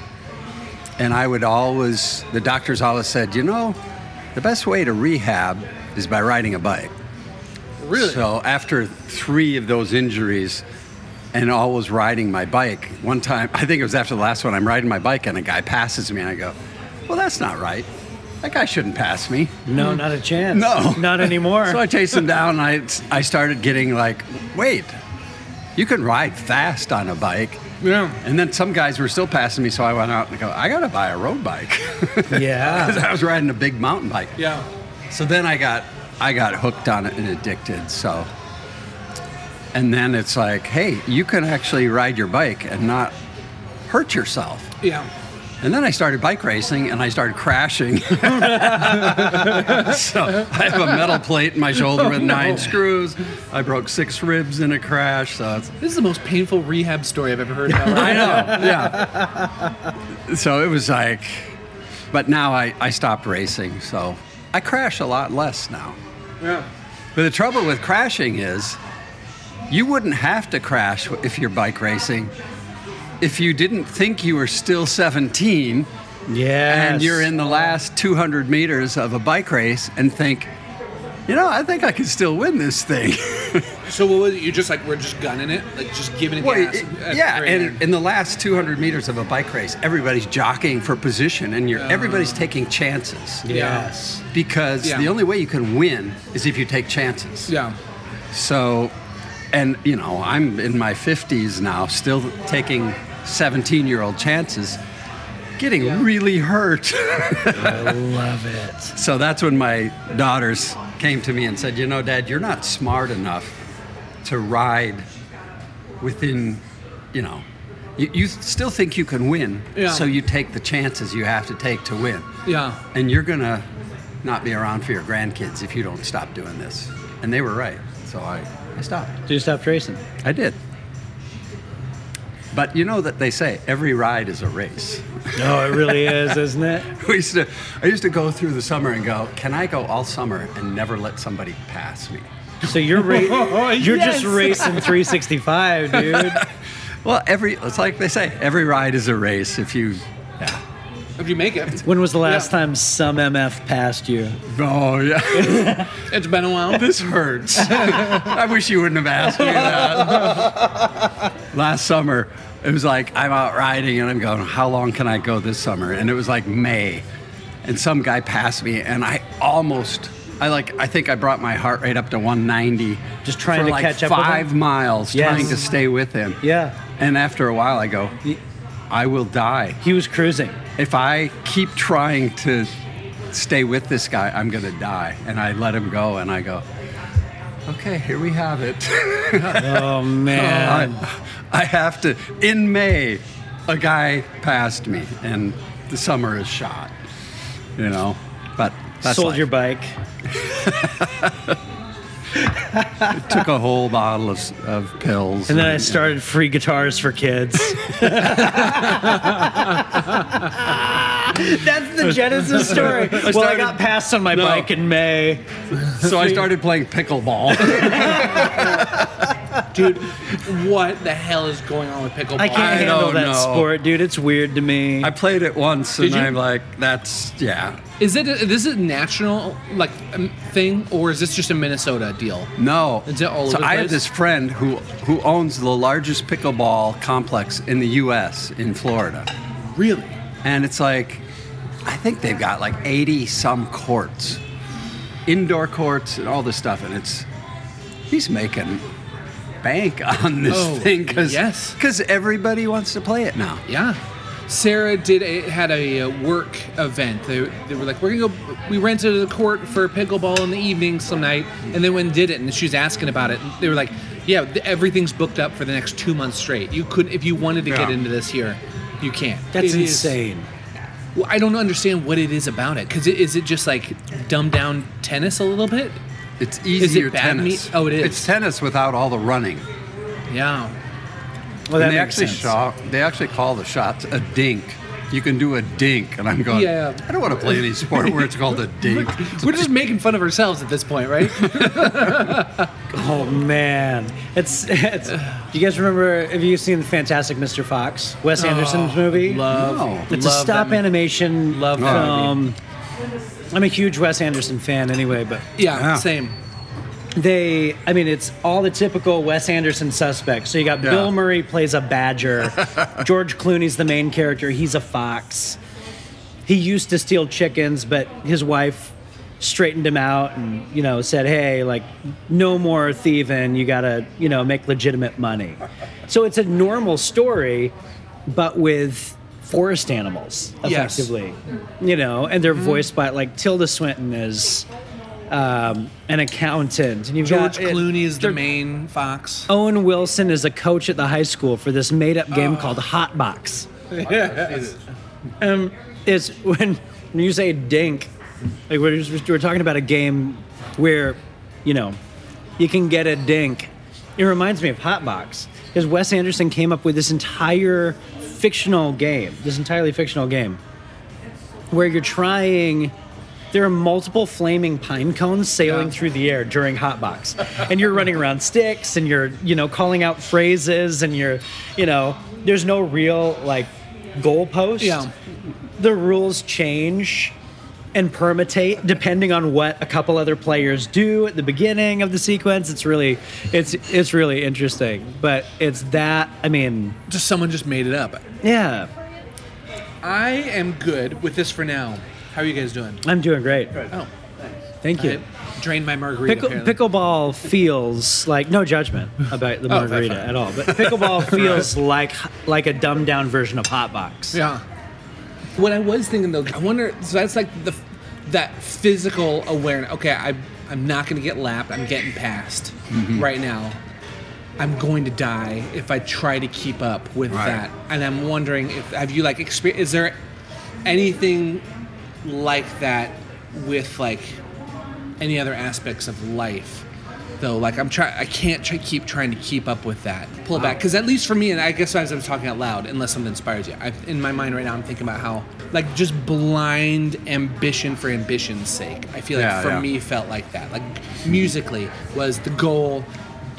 [SPEAKER 1] And I would always, the doctors always said, you know, the best way to rehab is by riding a bike.
[SPEAKER 3] really
[SPEAKER 1] So after three of those injuries, and always riding my bike. One time, I think it was after the last one, I'm riding my bike and a guy passes me, and I go, "Well, that's not right. That guy shouldn't pass me."
[SPEAKER 2] no, not a chance.
[SPEAKER 1] No.
[SPEAKER 2] not anymore.
[SPEAKER 1] So I chased him down. And I I started getting like, "Wait, you can ride fast on a bike."
[SPEAKER 3] Yeah.
[SPEAKER 1] And then some guys were still passing me, so I went out and I go, "I gotta buy a road bike."
[SPEAKER 2] yeah.
[SPEAKER 1] Because I was riding a big mountain bike.
[SPEAKER 3] yeah
[SPEAKER 1] So then I got I got hooked on it and addicted. So and then it's like, hey, you can actually ride your bike and not hurt yourself.
[SPEAKER 3] yeah
[SPEAKER 1] And then I started bike racing and I started crashing. so I have a metal plate in my shoulder with nine screws. I broke six ribs in a crash. So it's,
[SPEAKER 3] this is the most painful rehab story I've ever heard about
[SPEAKER 1] I know. Yeah. so it was like, but now I, I stopped racing. So I crash a lot less now.
[SPEAKER 3] yeah
[SPEAKER 1] But the trouble with crashing is you wouldn't have to crash if you're bike racing if you didn't think you were still 17
[SPEAKER 2] Yeah.
[SPEAKER 1] and you're in the last 200 meters of a bike race and think, you know, I think I can still win this thing.
[SPEAKER 3] so what was it you just like we're just gunning it like just giving it
[SPEAKER 1] Well,
[SPEAKER 3] gas
[SPEAKER 1] it-
[SPEAKER 3] at
[SPEAKER 1] yeah,
[SPEAKER 3] the very
[SPEAKER 1] and
[SPEAKER 3] end?
[SPEAKER 1] in the last 200 meters of a bike race, everybody's jockeying for position and you're, everybody's taking chances.
[SPEAKER 2] Yes.
[SPEAKER 1] Because
[SPEAKER 3] Yeah.
[SPEAKER 1] the only way you can win is if you take chances.
[SPEAKER 3] yeah
[SPEAKER 1] So, and you know, I'm in my 50s now, still taking 17 year old chances, getting really hurt.
[SPEAKER 2] Love it.
[SPEAKER 1] so that's when my daughters came to me and said, You know, Dad, you're not smart enough to ride within, you know, you, you still think you can win,
[SPEAKER 3] Yeah.
[SPEAKER 1] so you take the chances you have to take to win.
[SPEAKER 3] yeah
[SPEAKER 1] And you're going to not be around for your grandkids if you don't stop doing this. And they were right. So I, I stopped.
[SPEAKER 2] Do you stop tracing?
[SPEAKER 1] I did. But you know that they say every ride is a race.
[SPEAKER 2] No, it really is, isn't it?
[SPEAKER 1] We used to, I used to go through the summer and go, can I go all summer and never let somebody pass me?
[SPEAKER 2] So you're ra- you're just racing 365, dude.
[SPEAKER 1] Well, every it's like they say, every ride is a race. If you,
[SPEAKER 3] if you make it
[SPEAKER 2] When was the last
[SPEAKER 3] Yeah.
[SPEAKER 2] time some MF passed you?
[SPEAKER 1] oh yeah,
[SPEAKER 3] it's been a while
[SPEAKER 1] this hurts. I wish you wouldn't have asked me that. Last summer, it was like I'm out riding and I'm going, how long can I go this summer? And it was like May, and some guy passed me, and I almost, I like, I think I brought my heart rate up to 190,
[SPEAKER 2] Just trying
[SPEAKER 1] for
[SPEAKER 2] to
[SPEAKER 1] like
[SPEAKER 2] catch up with
[SPEAKER 1] five
[SPEAKER 2] him?
[SPEAKER 1] miles,
[SPEAKER 2] Yes.
[SPEAKER 1] trying to stay with him.
[SPEAKER 2] Yeah.
[SPEAKER 1] And after a while, I go, I will die.
[SPEAKER 2] He was cruising.
[SPEAKER 1] If I keep trying to stay with this guy, I'm going to die. And I let him go and I go, okay, here we have it.
[SPEAKER 2] Oh man.
[SPEAKER 1] I, I have to. In May, a guy passed me and the summer is shot, you know? But that's
[SPEAKER 2] Sold
[SPEAKER 1] life.
[SPEAKER 2] your bike.
[SPEAKER 1] Took a whole bottle of, of pills.
[SPEAKER 2] And then I started free guitars for kids. That's the Genesis story. well, I
[SPEAKER 1] started-
[SPEAKER 2] got passed on my
[SPEAKER 1] No.
[SPEAKER 2] bike in May.
[SPEAKER 1] So I started playing pickleball.
[SPEAKER 3] dude. What the hell is going on with pickleball?
[SPEAKER 2] I can't
[SPEAKER 1] I
[SPEAKER 2] handle
[SPEAKER 1] don't
[SPEAKER 2] that
[SPEAKER 1] know.
[SPEAKER 2] sport, dude. It's weird to me.
[SPEAKER 1] I played it once
[SPEAKER 3] Did
[SPEAKER 1] and
[SPEAKER 3] you?
[SPEAKER 1] I'm like, that's, yeah.
[SPEAKER 3] Is it this is a national like um, thing, or is this just a Minnesota deal?
[SPEAKER 1] No.
[SPEAKER 3] Is it all
[SPEAKER 1] so
[SPEAKER 3] over the
[SPEAKER 1] I have
[SPEAKER 3] place?
[SPEAKER 1] this friend who, who owns the largest pickleball complex in the U.S. in Florida.
[SPEAKER 3] Really?
[SPEAKER 1] And it's like, I think they've got like 80 some courts, indoor courts and all this stuff. And it's, he's making bank on this
[SPEAKER 3] Oh,
[SPEAKER 1] thing because
[SPEAKER 3] yes.
[SPEAKER 1] everybody wants to play it now.
[SPEAKER 3] Yeah. Sarah did a, had a uh, work event. They, they were like, we're gonna go. We rented a court for pickleball in the evening some night, and then when did it, and she was asking about it. And they were like, yeah, th- everything's booked up for the next two months straight. You could if you wanted to get
[SPEAKER 1] Yeah.
[SPEAKER 3] into this here, you can't.
[SPEAKER 2] That's
[SPEAKER 3] It is-
[SPEAKER 2] insane.
[SPEAKER 3] well, I don't understand what it is about it. Cause it, is it just like dumbed down tennis a little bit?
[SPEAKER 1] It's easier
[SPEAKER 3] bad me-
[SPEAKER 1] tennis.
[SPEAKER 3] oh, it is.
[SPEAKER 1] It's tennis without all the running.
[SPEAKER 3] Yeah.
[SPEAKER 2] Well, that
[SPEAKER 1] and they
[SPEAKER 2] makes
[SPEAKER 1] actually
[SPEAKER 2] sense.
[SPEAKER 1] shot, they actually call the shots a dink. You can do a dink, and I'm going.
[SPEAKER 3] Yeah.
[SPEAKER 1] I don't want to play any sport where it's called a dink.
[SPEAKER 3] We're just making fun of ourselves at this point, right?
[SPEAKER 2] Oh man, it's. it's do you guys remember? Have you seen the Fantastic Mr. Fox? Wes Anderson's movie.
[SPEAKER 3] Oh, love,
[SPEAKER 1] No.
[SPEAKER 2] It's a
[SPEAKER 3] love
[SPEAKER 2] stop
[SPEAKER 3] that movie.
[SPEAKER 2] animation.
[SPEAKER 3] Love that
[SPEAKER 2] film. I'm a huge Wes Anderson fan, anyway, but
[SPEAKER 3] Yeah,
[SPEAKER 1] Yeah.
[SPEAKER 3] same.
[SPEAKER 2] they i mean it's all the typical wes anderson suspects so you got
[SPEAKER 1] Yeah.
[SPEAKER 2] bill murray plays a badger george clooney's the main character he's a fox he used to steal chickens but his wife straightened him out and you know said hey like no more thieving you gotta you know make legitimate money so it's a normal story but with forest animals
[SPEAKER 3] Yes. Mm-hmm.
[SPEAKER 2] effectively you know and they're voiced by like tilda swinton is um, an accountant and you've
[SPEAKER 3] George
[SPEAKER 2] got it-
[SPEAKER 3] Clooney is the
[SPEAKER 2] they're-
[SPEAKER 3] main fox.
[SPEAKER 2] Owen Wilson is a coach at the high school for this made-up game called Hot Box. um, it's when, when you say dink, like we're, just- we're talking about a game where, you know, you can get a dink. It reminds me of Hot Box because Wes Anderson came up with this entire fictional game, this entirely fictional game, where you're trying. There are multiple flaming pine cones sailing
[SPEAKER 3] Yeah.
[SPEAKER 2] through the air during Hotbox. and you're running around sticks and you're, you know, calling out phrases and you're, you know, there's no real like goalpost.
[SPEAKER 3] Yeah.
[SPEAKER 2] The rules change and permutate depending on what a couple other players do at the beginning of the sequence. It's really it's it's really interesting. But it's that I mean,
[SPEAKER 3] Just someone just made it up.
[SPEAKER 2] yeah,
[SPEAKER 3] I am good with this for now. How are you guys doing?
[SPEAKER 2] I'm doing great.
[SPEAKER 3] Oh,
[SPEAKER 2] Thank you.
[SPEAKER 3] I drained my margarita.
[SPEAKER 2] Pickle,
[SPEAKER 3] apparently.
[SPEAKER 2] pickleball feels like no judgment about the
[SPEAKER 3] Oh,
[SPEAKER 2] margarita
[SPEAKER 3] that's fine.
[SPEAKER 2] at all, but pickleball feels like like a dumbed down version of Hotbox.
[SPEAKER 3] Yeah. What I was thinking though, I wonder. So that's like the that physical awareness. Okay, I I'm not gonna get lapped. I'm getting passed right now. I'm going to die if I try to keep up with
[SPEAKER 1] Right.
[SPEAKER 3] that. And I'm wondering if have you like experience? Is there anything like that with like any other aspects of life? Though, like I'm trying, I can't try, keep trying to keep up with that pull
[SPEAKER 1] Oh.
[SPEAKER 3] back. Because at least for me, and I guess as I'm talking out loud, unless something inspires you, I, in my mind right now, I'm thinking about how like just blind ambition for ambition's sake. I feel like
[SPEAKER 1] Yeah,
[SPEAKER 3] for
[SPEAKER 1] yeah.
[SPEAKER 3] me felt like that. Like musically was the goal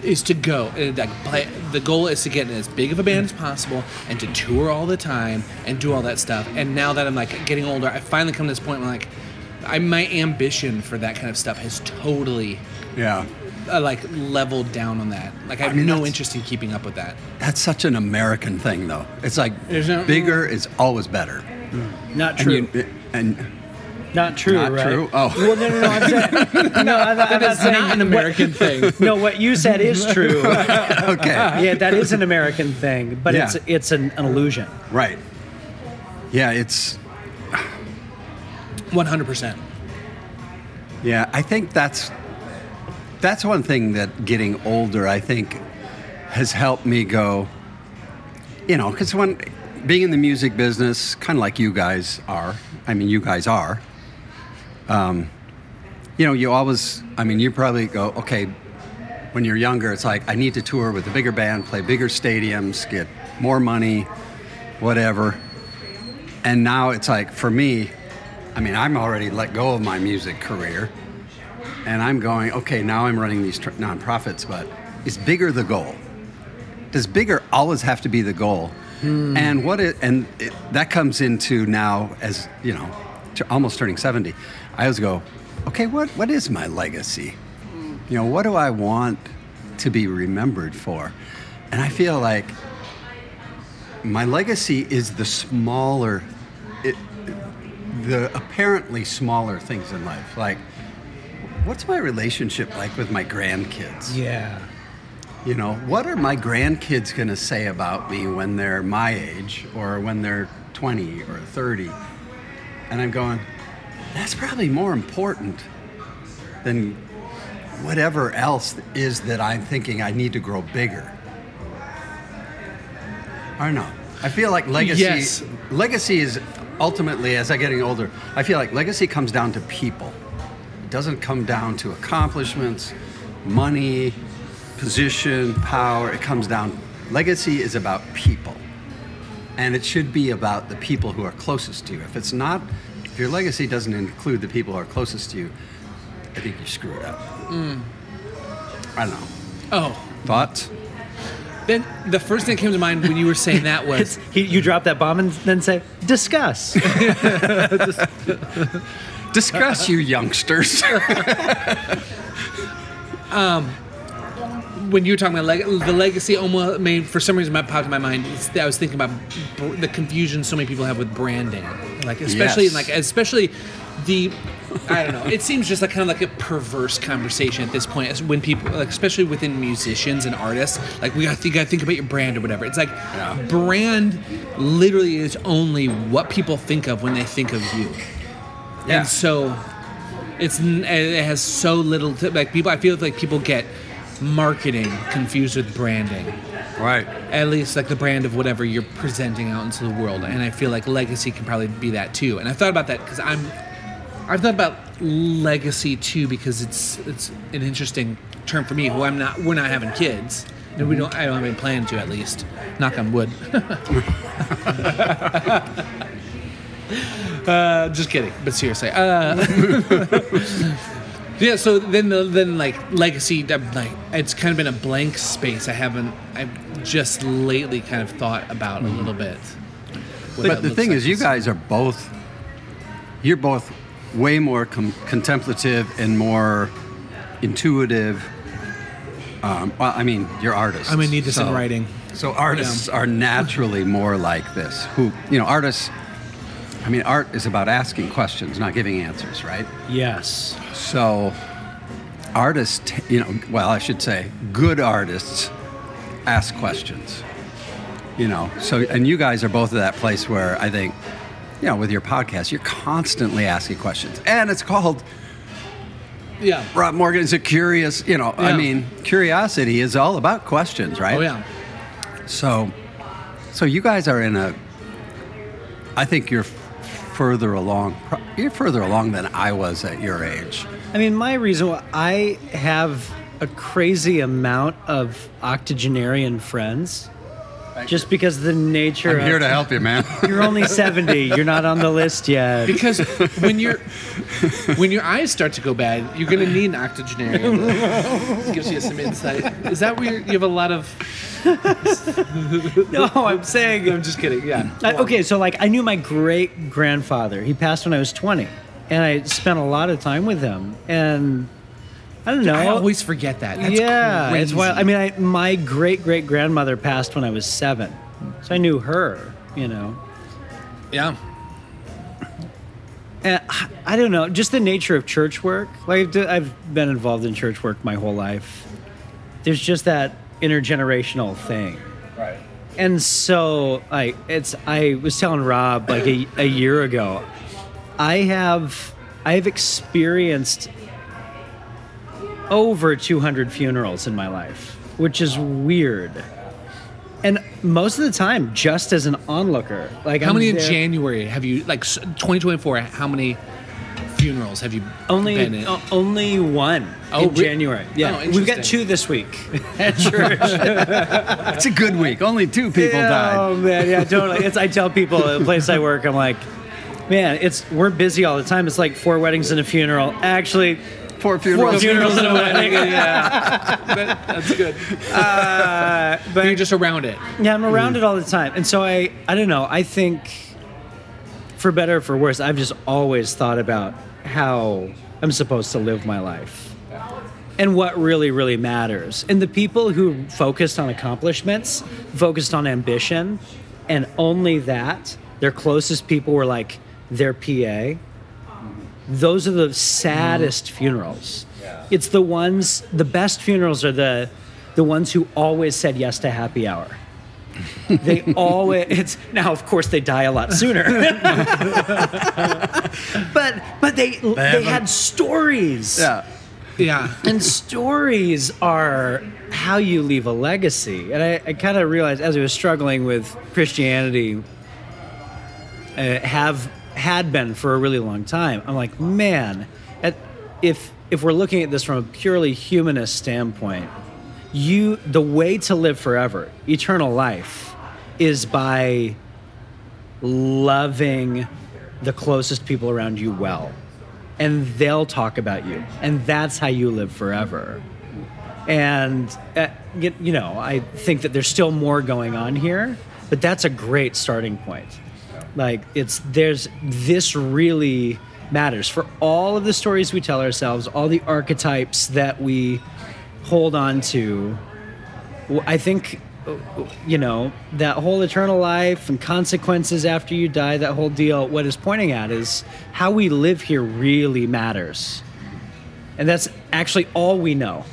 [SPEAKER 3] is to go and like play, the goal is to get in as big of a band as possible and to tour all the time and do all that stuff. And now that I'm like getting older, I finally come to this point where like I my ambition for that kind of stuff has totally
[SPEAKER 1] Yeah,
[SPEAKER 3] uh, like leveled down on that. Like I have
[SPEAKER 1] mean,
[SPEAKER 3] no
[SPEAKER 1] that's-
[SPEAKER 3] interest in keeping up with that.
[SPEAKER 1] that's such an American thing, though. It's like
[SPEAKER 3] There's no-
[SPEAKER 1] bigger is always better.
[SPEAKER 2] Not
[SPEAKER 1] And,
[SPEAKER 2] true.
[SPEAKER 1] you, and
[SPEAKER 2] Not true,
[SPEAKER 1] Not
[SPEAKER 2] right?
[SPEAKER 1] true? Oh.
[SPEAKER 2] Well, no, no, no. I'm saying, no, I'm, not- I'm not
[SPEAKER 3] That's
[SPEAKER 2] saying
[SPEAKER 3] not an American thing.
[SPEAKER 2] No, what you said is true.
[SPEAKER 1] okay.
[SPEAKER 2] yeah, that is an American thing, but
[SPEAKER 1] Yeah.
[SPEAKER 2] it's it's an, an illusion.
[SPEAKER 1] Right. Yeah, it's
[SPEAKER 3] 100%.
[SPEAKER 1] Yeah, I think that's that's one thing that getting older, I think, has helped me go. You know, because when being in the music business, kind of like you guys are. I mean, you guys are. Um, you know, you always. I mean, you probably go okay. When you're younger, it's like I need to tour with a bigger band, play bigger stadiums, get more money, whatever. And now it's like for me, I mean, I'm already let go of my music career, and I'm going. Okay, now I'm running these tr- nonprofits, but is bigger the goal? Does bigger always have to be the goal? And what it and it, that comes into now as you know, to almost turning seventy. I always go, okay, what what is my legacy? You know, what do I want to be remembered for? And I feel like my legacy is the smaller it, the apparently smaller things in life like what's my relationship like with my grandkids
[SPEAKER 2] Yeah.
[SPEAKER 1] you know what are my grandkids going to say about me when they're my age or when they're 20 or 30 and i'm going that's probably more important than whatever else is that i'm thinking i need to grow bigger or no i feel like legacy
[SPEAKER 3] Yes.
[SPEAKER 1] legacy is ultimately as i'm getting older i feel like legacy comes down to people it doesn't come down to accomplishments money position power it comes down legacy is about people and it should be about the people who are closest to you if it's not if your legacy doesn't include the people who are closest to you i think you screwed up
[SPEAKER 3] Hmm.
[SPEAKER 1] i don't know
[SPEAKER 3] Oh,
[SPEAKER 1] thoughts
[SPEAKER 3] then the first thing that came to mind when you were saying that was
[SPEAKER 2] It's, he, you drop that bomb and then say, discuss.
[SPEAKER 1] discuss you youngsters
[SPEAKER 3] when you were talking about leg- the legacy almost made for some reason that popped in my mind it's, that i was thinking about br- the confusion so many people have with branding like especially
[SPEAKER 1] Yes.
[SPEAKER 3] like especially the i don't know it seems just like kind of like a perverse conversation at this point as when people like especially within musicians and artists like we gotta think, gotta think about your brand or whatever it's like brand literally is only what people think of when they think of you
[SPEAKER 1] Yeah.
[SPEAKER 3] and so it's n- it has so little to like people i feel like people get marketing confused with branding
[SPEAKER 1] right
[SPEAKER 3] at least like the brand of whatever you're presenting out into the world and i feel like legacy can probably be that too and i thought about that because i'm i've thought about legacy too because it's it's an interesting term for me who i'm not we're not having kids and we don't i don't have any plan to at least knock on wood uh, just kidding but seriously uh, yeah so then the, then like legacy I'm like it's kind of been a blank space i haven't i've just lately kind of thought about a little bit what that
[SPEAKER 1] Mm-hmm. But the
[SPEAKER 3] looks
[SPEAKER 1] thing
[SPEAKER 3] like.
[SPEAKER 1] is, you guys are both, you're both way more com- contemplative and more intuitive. Um, well, I mean, you're artists.
[SPEAKER 3] I'm gonna need this in
[SPEAKER 1] so-
[SPEAKER 3] writing.
[SPEAKER 1] So artists are naturally more like this. Who, you know, artists, I mean, art is about asking questions, not giving answers, right?
[SPEAKER 2] yes.
[SPEAKER 1] So, artists, you know, well, I should say, good artists ask questions. You know, so, and you guys are both at that place where I think, you know, with your podcast, you're constantly asking questions. And it's called
[SPEAKER 3] yeah
[SPEAKER 1] Rob Morgan's a curious, you know, I
[SPEAKER 3] Yeah.
[SPEAKER 1] mean, curiosity is all about questions, right?
[SPEAKER 3] oh yeah
[SPEAKER 1] So, so you guys are in a. I think you're f- further along. pro- You're further along than I was at your age.
[SPEAKER 2] I mean, my reason why I have a crazy amount of octogenarian friends just because of the nature of.
[SPEAKER 1] help you, man.
[SPEAKER 2] You're only 70. You're not on the list yet.
[SPEAKER 3] because when your when your eyes start to go bad, you're gonna need an octogenarian. Gives you some insight. Is that where you have a lot of?
[SPEAKER 2] No, I'm saying.
[SPEAKER 3] I'm just kidding. Yeah.
[SPEAKER 2] I, okay, so like I knew my great grandfather. He passed when I was 20, and I spent a lot of time with him. And I don't know.
[SPEAKER 3] I always forget that. That's
[SPEAKER 2] yeah,
[SPEAKER 3] crazy.
[SPEAKER 2] it's wild. I mean, I, my great great grandmother passed when I was seven, so I knew her. You know,
[SPEAKER 3] yeah.
[SPEAKER 2] Uh, I don't know. Just the nature of church work. Like I've d- I've been involved in church work my whole life. There's just that intergenerational thing. Right. And so I it's I was telling Rob like a, a year ago, I have I've experienced over 200 funerals in my life, which is weird. And most of the time, just as an onlooker, like
[SPEAKER 3] How
[SPEAKER 2] I'm
[SPEAKER 3] many in
[SPEAKER 2] there-
[SPEAKER 3] January have you like s- 2024? How many funerals have you
[SPEAKER 2] Only Oh.
[SPEAKER 3] been in?
[SPEAKER 2] o- only one
[SPEAKER 3] Oh,
[SPEAKER 2] in
[SPEAKER 3] re-
[SPEAKER 2] January.
[SPEAKER 3] Oh,
[SPEAKER 2] Yeah, we've got
[SPEAKER 3] interesting.
[SPEAKER 2] two this week at church.
[SPEAKER 1] It's a good week. Only two people
[SPEAKER 2] Oh
[SPEAKER 1] died.
[SPEAKER 2] man, yeah, totally. It's I tell people at the place I work, I'm like, man, it's we're busy all the time. It's like four weddings and a funeral. Actually,
[SPEAKER 1] Four
[SPEAKER 2] four
[SPEAKER 1] funerals.
[SPEAKER 2] funerals and a wedding.
[SPEAKER 3] That- that's good.
[SPEAKER 2] Uh, But-
[SPEAKER 3] You're just around it.
[SPEAKER 2] Yeah, I'm around it all the time. And so I I don't know, I think for better or for worse, I've just always thought about how I'm supposed to live my life. And what really, really matters. And the people who focused on accomplishments, focused on ambition, and only that, their closest people were like their PA. Those are the saddest funerals. It's the ones the best funerals are the the ones who always said yes to happy hour. They always it's now of course they die a lot sooner. but but they they had stories.
[SPEAKER 1] Yeah.
[SPEAKER 3] Yeah.
[SPEAKER 2] And stories are how you leave a legacy. And I, I kind of realized as I was struggling with Christianity, uh, have had been for a really long time. I'm like, man, at, if if we're looking at this from a purely humanist standpoint, you the way to live forever, eternal life, is by loving the closest people around you well. And they'll talk about you. And that's how you live forever. And, uh, you, you know, I think that there's still more going on here, but that's a great starting point. Like, it's there's this really matters for all of the stories we tell ourselves, all the archetypes that we hold on to. Well, I think, you know, that whole eternal life and consequences after you die, that whole deal, what it's pointing at is how we live here really matters. And that's actually all we know.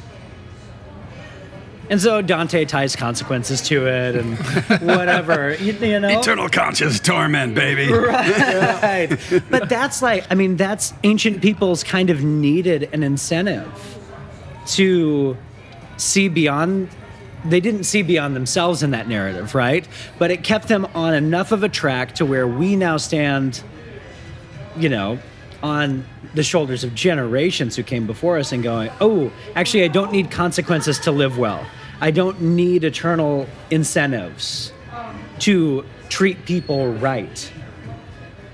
[SPEAKER 2] And so Dante ties consequences to it and whatever, you, you know?
[SPEAKER 1] Eternal conscious torment, baby.
[SPEAKER 2] Right. but that's like, I mean, that's ancient peoples kind of needed an incentive to see beyond. They didn't see beyond themselves in that narrative, right? But it kept them on enough of a track to where we now stand, you know, on the shoulders of generations who came before us and going, oh, actually, I don't need consequences to live well. I don't need eternal incentives to treat people right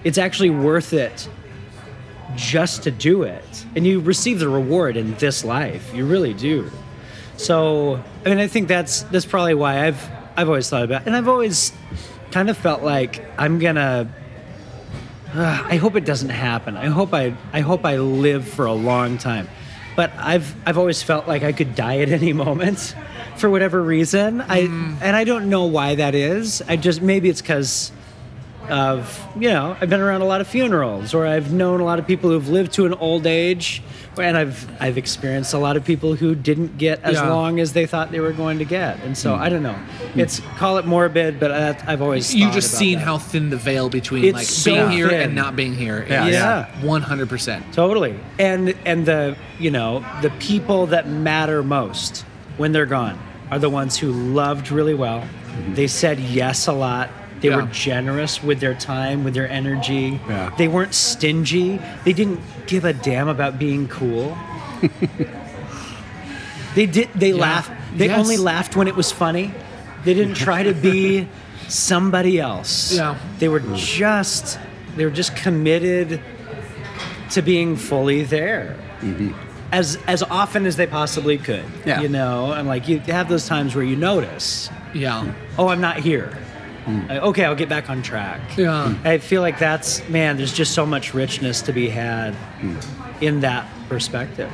[SPEAKER 2] it's actually worth it just to do it and you receive the reward in this life you really do so i mean i think that's that's probably why i've i've always thought about and i've always kind of felt like i'm gonna uh, i hope it doesn't happen i hope i i hope i live for a long time but i've i've always felt like i could die at any moment for whatever reason i and i don't know why that is i just maybe it's because of you know I've been around a lot of funerals or I've known a lot of people who've lived to an old age and I've I've experienced a lot of people who didn't get as
[SPEAKER 3] Yeah.
[SPEAKER 2] long as they thought they were going to get and so I don't know it's call it morbid but I, I've always
[SPEAKER 3] You've
[SPEAKER 2] thought
[SPEAKER 3] just
[SPEAKER 2] about
[SPEAKER 3] seen
[SPEAKER 2] that.
[SPEAKER 3] how thin the veil between
[SPEAKER 2] It's
[SPEAKER 3] like
[SPEAKER 2] so
[SPEAKER 3] being here
[SPEAKER 2] thin.
[SPEAKER 3] and not being here.
[SPEAKER 1] Yeah.
[SPEAKER 3] is
[SPEAKER 2] Yeah.
[SPEAKER 3] 100%.
[SPEAKER 2] totally and and the you know the people that matter most when they're gone are the ones who loved really well they said yes a lot they
[SPEAKER 3] Yeah.
[SPEAKER 2] were generous with their time with their energy
[SPEAKER 1] Yeah.
[SPEAKER 2] they weren't stingy they didn't give a damn about being cool they did they laughed they
[SPEAKER 3] Yes.
[SPEAKER 2] only laughed when it was funny they didn't try to be somebody else
[SPEAKER 3] Yeah.
[SPEAKER 2] they were just they were just committed to being fully there as as often as they possibly could.
[SPEAKER 1] Mm-hmm. Yeah.
[SPEAKER 2] You know, and like you have those times where you notice,
[SPEAKER 3] Yeah.
[SPEAKER 2] oh, I'm not here.
[SPEAKER 1] Mm.
[SPEAKER 2] Uh, okay, I'll get back on track.
[SPEAKER 3] Yeah.
[SPEAKER 2] I feel like that's man. There's just so much richness to be had
[SPEAKER 1] Mm.
[SPEAKER 2] in that perspective.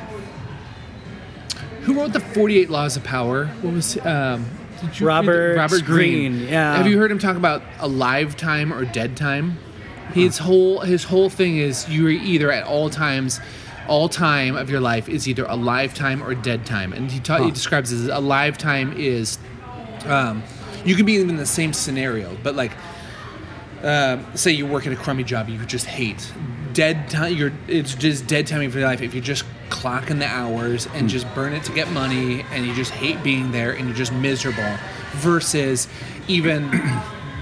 [SPEAKER 3] Who wrote the 48 Laws of Power? What was um, did you read the-
[SPEAKER 2] Robert
[SPEAKER 3] Robert Greene.
[SPEAKER 2] Greene, yeah.
[SPEAKER 3] Have you heard him talk about alive time or dead time? His whole his whole thing is you are either at all times, all time of your life is either a lifetime or dead time, and he, ta- he describes it as a lifetime is, um, you can be in the same scenario, but like, um, say you work at a crummy job you just hate, dead time. You're it's just dead timing for your life if you just clock in the hours and just burn it to get money, and you just hate being there and you're just miserable, versus even.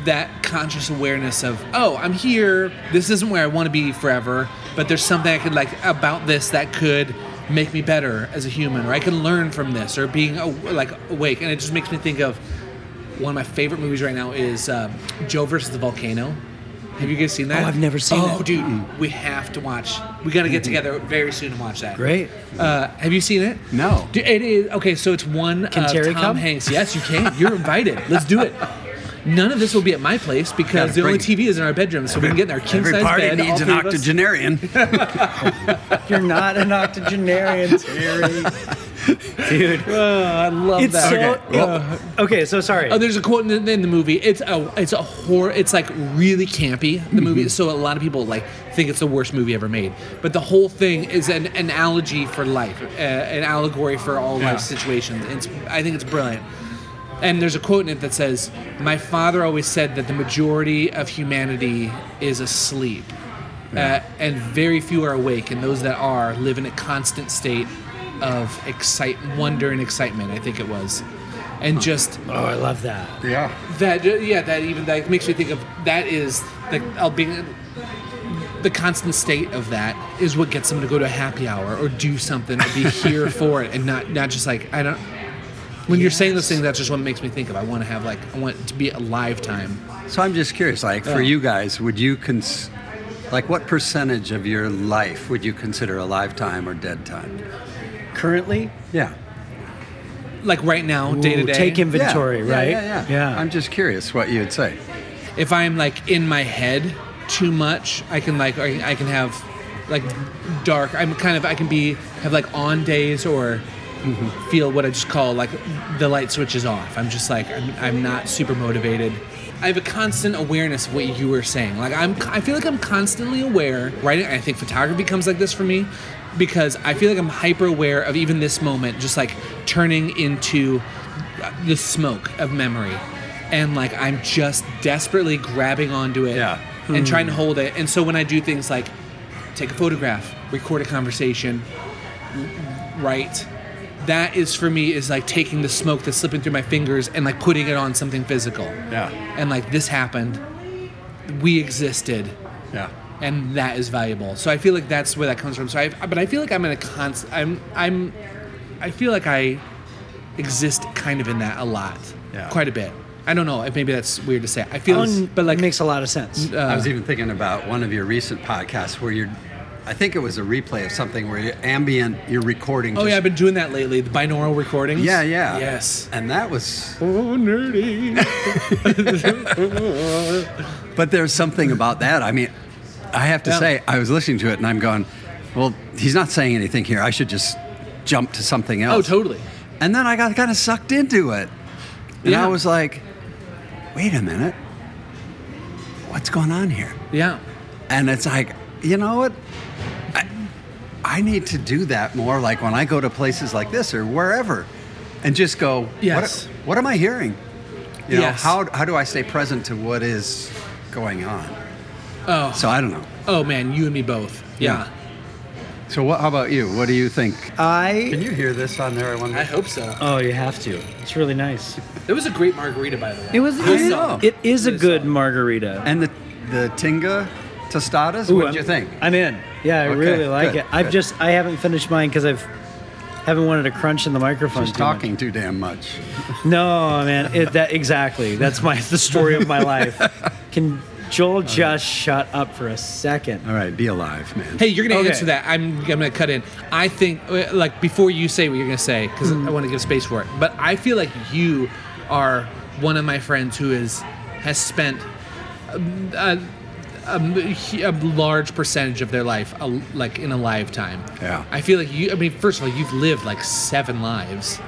[SPEAKER 3] that conscious awareness of oh i'm here this isn't where i want to be forever but there's something i could like about this that could make me better as a human or i can learn from this or being aw- like awake and it just makes me think of one of my favorite movies right now is um, joe versus the volcano have you guys seen that
[SPEAKER 2] Oh, I've never seen
[SPEAKER 3] oh
[SPEAKER 2] it.
[SPEAKER 3] dude we have to watch we gotta get together very soon and watch that
[SPEAKER 2] Great.
[SPEAKER 3] uh, have you seen it
[SPEAKER 1] No.
[SPEAKER 3] Dude, it is okay so it's one
[SPEAKER 2] Can
[SPEAKER 3] of
[SPEAKER 2] Terry
[SPEAKER 3] tom
[SPEAKER 2] come?
[SPEAKER 3] hanks yes you can you're invited let's do it None of this will be at my place because
[SPEAKER 1] Gotta
[SPEAKER 3] the only
[SPEAKER 1] bring
[SPEAKER 3] TV is in our bedroom, so we can get in our king
[SPEAKER 1] Every
[SPEAKER 3] size
[SPEAKER 1] party
[SPEAKER 3] bed.
[SPEAKER 1] needs
[SPEAKER 3] all
[SPEAKER 1] an
[SPEAKER 3] three of us.
[SPEAKER 1] octogenarian.
[SPEAKER 2] You're not an octogenarian, Terry. Dude.
[SPEAKER 3] I love
[SPEAKER 2] It's
[SPEAKER 3] that.
[SPEAKER 2] so.
[SPEAKER 1] Okay, well-
[SPEAKER 2] it- okay, so sorry.
[SPEAKER 3] Oh, there's a quote in the, in the movie. It's a it's a horror. It's like really campy. The movie, so a lot of people like think it's the worst movie ever made. But the whole thing is an analogy for life, uh, an allegory for all life situations. It's I think it's brilliant. And there's a quote in it that says, "My father always said that the majority of humanity is asleep, uh, and very few are awake, and those that are live in a constant state of excite, wonder, and excitement." I think it was, and just
[SPEAKER 2] oh, I love that.
[SPEAKER 1] yeah.
[SPEAKER 3] that uh, yeah that even that makes me think of that is like I'll being the constant state of that is what gets them to go to a happy hour or do something or be here for it and not not just like I don't when you're saying those things that's just what makes me think of I want to have like I want it to be a lifetime
[SPEAKER 1] So I'm just curious, like for you guys, would you cons- like what percentage of your life would you consider a lifetime or dead time?
[SPEAKER 2] Currently,
[SPEAKER 1] Yeah.
[SPEAKER 3] like right now day to
[SPEAKER 2] Ooh,
[SPEAKER 3] day
[SPEAKER 2] Take
[SPEAKER 1] Yeah.
[SPEAKER 2] inventory,
[SPEAKER 1] Yeah,
[SPEAKER 2] right?
[SPEAKER 1] Yeah, yeah, I'm just curious what you'd say.
[SPEAKER 3] if I'm like in my head too much, I can like I, I can have like dark. I'm kind of I can be have like on days or feel what I just call like the light switches off. I'm just like I'm, I'm not super motivated. I have a constant awareness of what you were saying. Like I'm I feel like I'm constantly aware. Writing I think photography comes like this for me because I feel like I'm hyper aware of even this moment just like turning into the smoke of memory and like I'm just desperately grabbing onto it
[SPEAKER 1] Yeah.
[SPEAKER 3] and trying to hold it. And so when I do things like take a photograph, record a conversation, w- write, that is for me is like taking the smoke that's slipping through my fingers and like putting it on something physical.
[SPEAKER 1] Yeah.
[SPEAKER 3] And like this happened, we existed,
[SPEAKER 1] Yeah.
[SPEAKER 3] and that is valuable. So I feel like that's where that comes from. So I, but I feel like I'm in a constant. I'm I'm, I feel like I exist kind of in that a lot,
[SPEAKER 1] Yeah. Oh,
[SPEAKER 3] quite a bit. I don't know. Maybe that's weird to say. I feel,
[SPEAKER 2] Un-
[SPEAKER 3] but like
[SPEAKER 2] makes a lot of sense.
[SPEAKER 3] Uh,
[SPEAKER 1] I was even thinking about one of your recent podcasts where you're I think it was a replay of something where you ambient you're recording
[SPEAKER 3] oh
[SPEAKER 1] just-
[SPEAKER 3] yeah, I've been doing that lately. The binaural recordings.
[SPEAKER 1] yeah, yeah.
[SPEAKER 3] Yes.
[SPEAKER 1] And that was
[SPEAKER 3] Oh nerdy.
[SPEAKER 1] But there's something about that. I mean, I have to
[SPEAKER 3] Yeah.
[SPEAKER 1] say, I was listening to it and I'm going, well, he's not saying anything here. I should just jump to something
[SPEAKER 3] oh
[SPEAKER 1] else.
[SPEAKER 3] totally.
[SPEAKER 1] And then I got kind of sucked into it. And
[SPEAKER 3] Yeah.
[SPEAKER 1] I was like, wait a minute. What's going on here?
[SPEAKER 3] Yeah.
[SPEAKER 1] And it's like, you know what? I, I need to do that more like when I go to places like this or wherever and just go,
[SPEAKER 3] Yes.
[SPEAKER 1] what, what am I hearing? You know,
[SPEAKER 3] Yes.
[SPEAKER 1] how, how do I stay present to what is going on?
[SPEAKER 3] Oh.
[SPEAKER 1] So I don't know.
[SPEAKER 3] Oh man, you and me both. Yeah.
[SPEAKER 1] So what, how about you? What do you think?
[SPEAKER 2] I.
[SPEAKER 1] Can you hear this on there? I wonder.
[SPEAKER 3] I hope so.
[SPEAKER 2] Oh, you have to. It's really nice.
[SPEAKER 3] It was a great margarita, by the way.
[SPEAKER 2] It was. It,
[SPEAKER 1] I
[SPEAKER 2] is-
[SPEAKER 1] know.
[SPEAKER 2] it is a
[SPEAKER 3] It is
[SPEAKER 2] good
[SPEAKER 3] solid.
[SPEAKER 2] margarita.
[SPEAKER 1] and the the tinga tostadas.
[SPEAKER 2] Ooh,
[SPEAKER 1] what
[SPEAKER 2] I'm-
[SPEAKER 1] do you think?
[SPEAKER 2] I'm in. Yeah, I
[SPEAKER 1] Okay,
[SPEAKER 2] really like
[SPEAKER 1] good,
[SPEAKER 2] it. I've
[SPEAKER 1] good.
[SPEAKER 2] just I haven't finished mine because I've haven't wanted to crunch in the microphone.
[SPEAKER 1] Just
[SPEAKER 2] too much.
[SPEAKER 1] talking too damn much.
[SPEAKER 2] No, man. It, that exactly. That's my the story of my life. Can Joel just shut up for a second?
[SPEAKER 1] All right, be alive, man.
[SPEAKER 3] Hey, you're gonna
[SPEAKER 2] Okay.
[SPEAKER 3] answer that. I'm, I'm gonna cut in. I think, uh, like, before you say what you're gonna say, because
[SPEAKER 2] Mm-hmm.
[SPEAKER 3] I want to give space for it. But I feel like you are one of my friends who is has spent um, a, a, he- a large percentage of their life, a, like, in a lifetime.
[SPEAKER 1] Yeah.
[SPEAKER 3] I feel like you. I mean, first of all, you've lived like seven lives.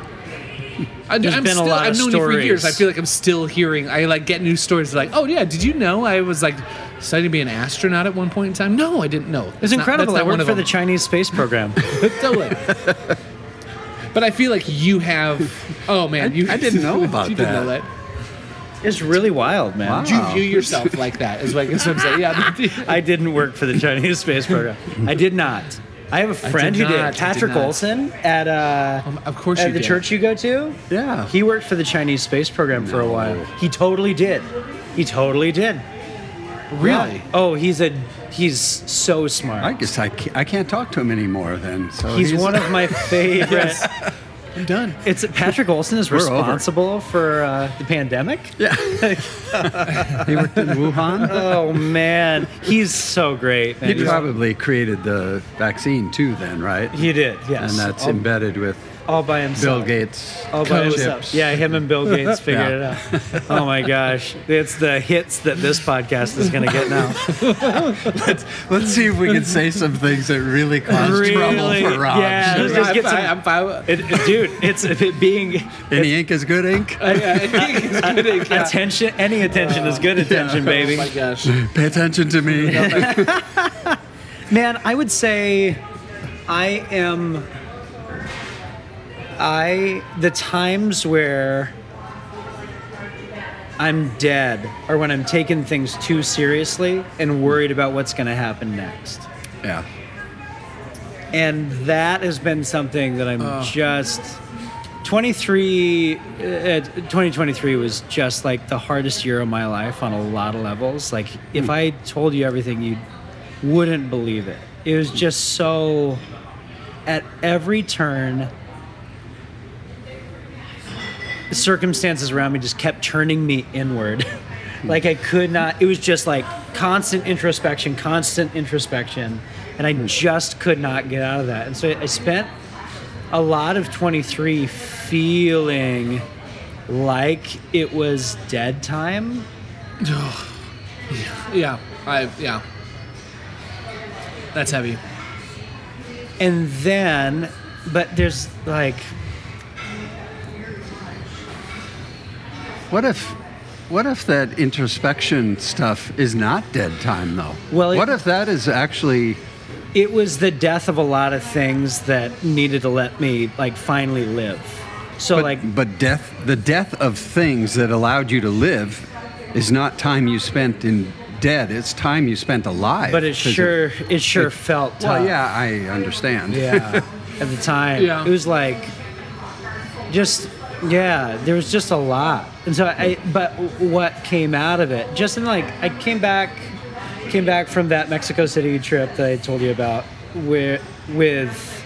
[SPEAKER 3] I,
[SPEAKER 2] There's been a lot
[SPEAKER 3] I've
[SPEAKER 2] of
[SPEAKER 3] known you for years.
[SPEAKER 2] stories.
[SPEAKER 3] I feel like I'm still hearing. I like get new stories. Like, oh yeah, did you know I was like decided to be an astronaut at one point in time? No, I didn't know.
[SPEAKER 2] It's incredible. I worked for the Chinese
[SPEAKER 3] Chinese.
[SPEAKER 2] space program.
[SPEAKER 3] totally. But I feel like you have. Oh man, you,
[SPEAKER 1] I didn't know about
[SPEAKER 3] you Didn't know
[SPEAKER 1] that.
[SPEAKER 3] that.
[SPEAKER 2] it's really wild, man.
[SPEAKER 1] Wow.
[SPEAKER 3] Do you view yourself like that? Is like is what I'm saying. Yeah.
[SPEAKER 2] I didn't work for the Chinese space program. I did not. I have a
[SPEAKER 3] did
[SPEAKER 2] friend who
[SPEAKER 3] not, I
[SPEAKER 2] did.
[SPEAKER 3] did
[SPEAKER 2] Patrick
[SPEAKER 3] not.
[SPEAKER 2] Olson at uh,
[SPEAKER 1] Oh
[SPEAKER 3] Um, of course
[SPEAKER 2] at
[SPEAKER 3] you
[SPEAKER 2] the
[SPEAKER 3] did.
[SPEAKER 2] church you go to.
[SPEAKER 1] Yeah.
[SPEAKER 2] he worked for the Chinese space program for a while. He totally did. He totally did.
[SPEAKER 3] Really?
[SPEAKER 2] Yeah. Oh, he's a he's so smart.
[SPEAKER 1] I guess I can't, I can't talk to him anymore then. So
[SPEAKER 2] he's, one of my favorite.
[SPEAKER 3] I'm done.
[SPEAKER 2] It's Patrick Olson is
[SPEAKER 1] We're over.
[SPEAKER 2] responsible for uh, the pandemic.
[SPEAKER 1] he worked in Wuhan.
[SPEAKER 2] Oh man, he's so great. man.
[SPEAKER 1] He
[SPEAKER 2] He's-
[SPEAKER 1] probably created the vaccine too then, right?
[SPEAKER 2] he did, yes.
[SPEAKER 1] and that's
[SPEAKER 2] all,
[SPEAKER 1] embedded with
[SPEAKER 2] all by himself.
[SPEAKER 1] Bill Gates.
[SPEAKER 2] All by
[SPEAKER 1] chips.
[SPEAKER 2] himself. Yeah, him and Bill Gates figured it out. Oh my gosh, it's the hits that this podcast is going to get now.
[SPEAKER 1] Let's see if we can say some things that really cause trouble
[SPEAKER 2] Really?
[SPEAKER 1] for Rob.
[SPEAKER 2] Yeah,
[SPEAKER 1] Sure.
[SPEAKER 2] let's just
[SPEAKER 3] I'm
[SPEAKER 2] get some-
[SPEAKER 3] fine, I'm fine.
[SPEAKER 2] It, it- dude, it's if it being
[SPEAKER 1] Any ink is good ink.
[SPEAKER 2] attention, any attention is good attention,
[SPEAKER 3] Oh
[SPEAKER 2] baby.
[SPEAKER 3] my gosh.
[SPEAKER 1] Pay attention to me.
[SPEAKER 2] Man, I would say I am. I. The times where I'm dead are when I'm taking things too seriously and worried about what's going to happen next.
[SPEAKER 1] yeah.
[SPEAKER 2] And that has been something that I'm just. 23 uh, 2023 was just like the hardest year of my life on a lot of levels like if i told you everything you wouldn't believe it it was just so at every turn circumstances around me just kept turning me inward like i could not it was just like constant introspection constant introspection and i
[SPEAKER 1] Hmm.
[SPEAKER 2] just could not get out of that and so i spent a lot of 23 feeling like it was dead time
[SPEAKER 3] Yeah. I yeah. That's heavy.
[SPEAKER 2] and then but there's like
[SPEAKER 1] What if what if that introspection stuff is not dead time though?
[SPEAKER 2] Well, it-
[SPEAKER 1] what if that is actually
[SPEAKER 2] it was the death of a lot of things that needed to let me like finally live so
[SPEAKER 1] but,
[SPEAKER 2] like
[SPEAKER 1] but death the death of things that allowed you to live is not time you spent in dead, it's time you spent alive.
[SPEAKER 2] but it
[SPEAKER 1] 'Cause
[SPEAKER 2] sure it sure felt tough.
[SPEAKER 1] Well, yeah, I understand.
[SPEAKER 2] yeah at the time
[SPEAKER 3] Yeah.
[SPEAKER 2] it was like just yeah there was just a lot and so i but what came out of it just in like i came back came back from that mexico city trip that i told you about where with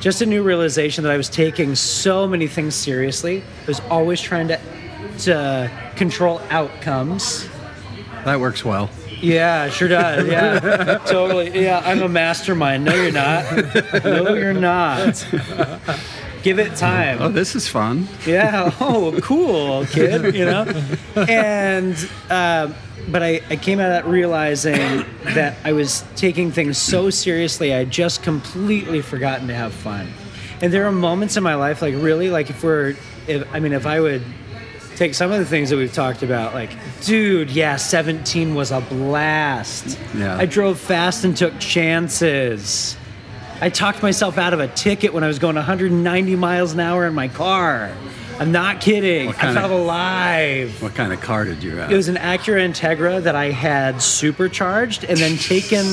[SPEAKER 2] just a new realization that i was taking so many things seriously i was always trying to to control outcomes
[SPEAKER 1] That works well.
[SPEAKER 2] yeah, it sure does. Yeah, totally. Yeah, I'm a mastermind. No, you're not. No, you're not. Give it
[SPEAKER 1] Oh,
[SPEAKER 2] time.
[SPEAKER 1] this is fun.
[SPEAKER 2] Yeah. Oh, cool, kid. You know. And um, but I, I came out of that realizing that I was taking things so seriously. I had just completely forgotten to have fun. And there are moments in my life, like really, like if we're, if, I mean, if I would take some of the things that we've talked about like dude yeah 17 was a blast
[SPEAKER 1] Yeah.
[SPEAKER 2] i drove fast and took chances i talked myself out of a ticket when i was going 190 miles an hour in my car i'm not kidding i
[SPEAKER 1] What kind
[SPEAKER 2] felt
[SPEAKER 1] of-
[SPEAKER 2] alive
[SPEAKER 1] What kind of car did you have?
[SPEAKER 2] it was an acura integra that i had supercharged and then taken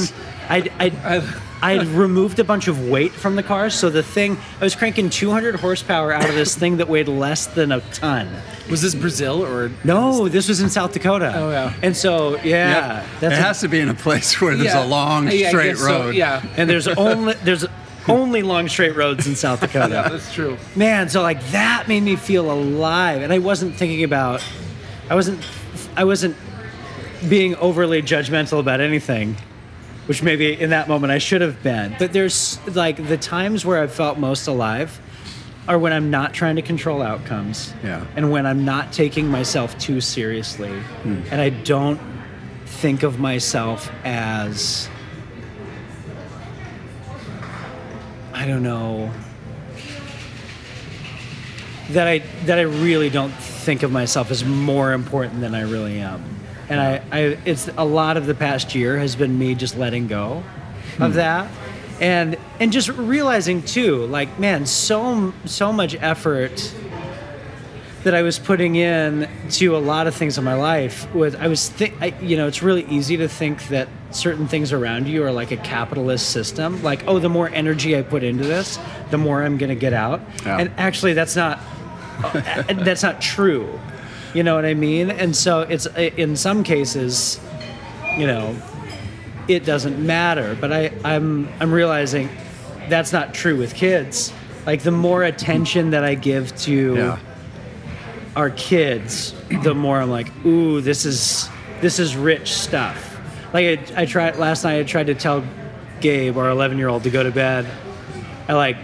[SPEAKER 2] i'd, I'd I'd removed a bunch of weight from the car, so the thing I was cranking 200 horsepower out of this thing that weighed less than a ton.
[SPEAKER 3] Was this Brazil or
[SPEAKER 2] No, this was in South Dakota.
[SPEAKER 3] Oh, yeah.
[SPEAKER 2] And so yeah,
[SPEAKER 1] Yep.
[SPEAKER 2] that's
[SPEAKER 1] it has to be in a place where there's a long
[SPEAKER 3] Yeah, I
[SPEAKER 1] straight
[SPEAKER 3] guess so,
[SPEAKER 1] road.
[SPEAKER 3] Yeah.
[SPEAKER 2] and there's only there's only long straight roads in South
[SPEAKER 3] Yeah,
[SPEAKER 2] Dakota.
[SPEAKER 3] that's true.
[SPEAKER 2] Man, so like that made me feel alive, and I wasn't thinking about, I wasn't, I wasn't being overly judgmental about anything, which maybe in that moment I should have been. But there's like the times where I felt most alive. Are when I'm not trying to control outcomes,
[SPEAKER 1] Yeah.
[SPEAKER 2] and when I'm not taking myself too seriously, and I don't think of myself as I don't know that I that I really don't think of myself as more important than I really am. and I, I it's a lot of the past year has been me just letting go of that and and just realizing too like man so so much effort that I was putting in to a lot of things in my life was I was thi- I, you know it's really easy to think that certain things around you are like a capitalist system like oh the more energy I put into this the more I'm going to get out
[SPEAKER 1] Yeah.
[SPEAKER 2] and actually that's not that's not true you know what I mean and so it's in some cases you know it doesn't matter. But I, I'm I'm realizing that's not true with kids. Like the more attention that I give to
[SPEAKER 1] Yeah.
[SPEAKER 2] our kids, the more I'm like, ooh, this is this is rich stuff. Like I, I tried last night. I tried to tell Gabe, our 11 year old, to go to bed at like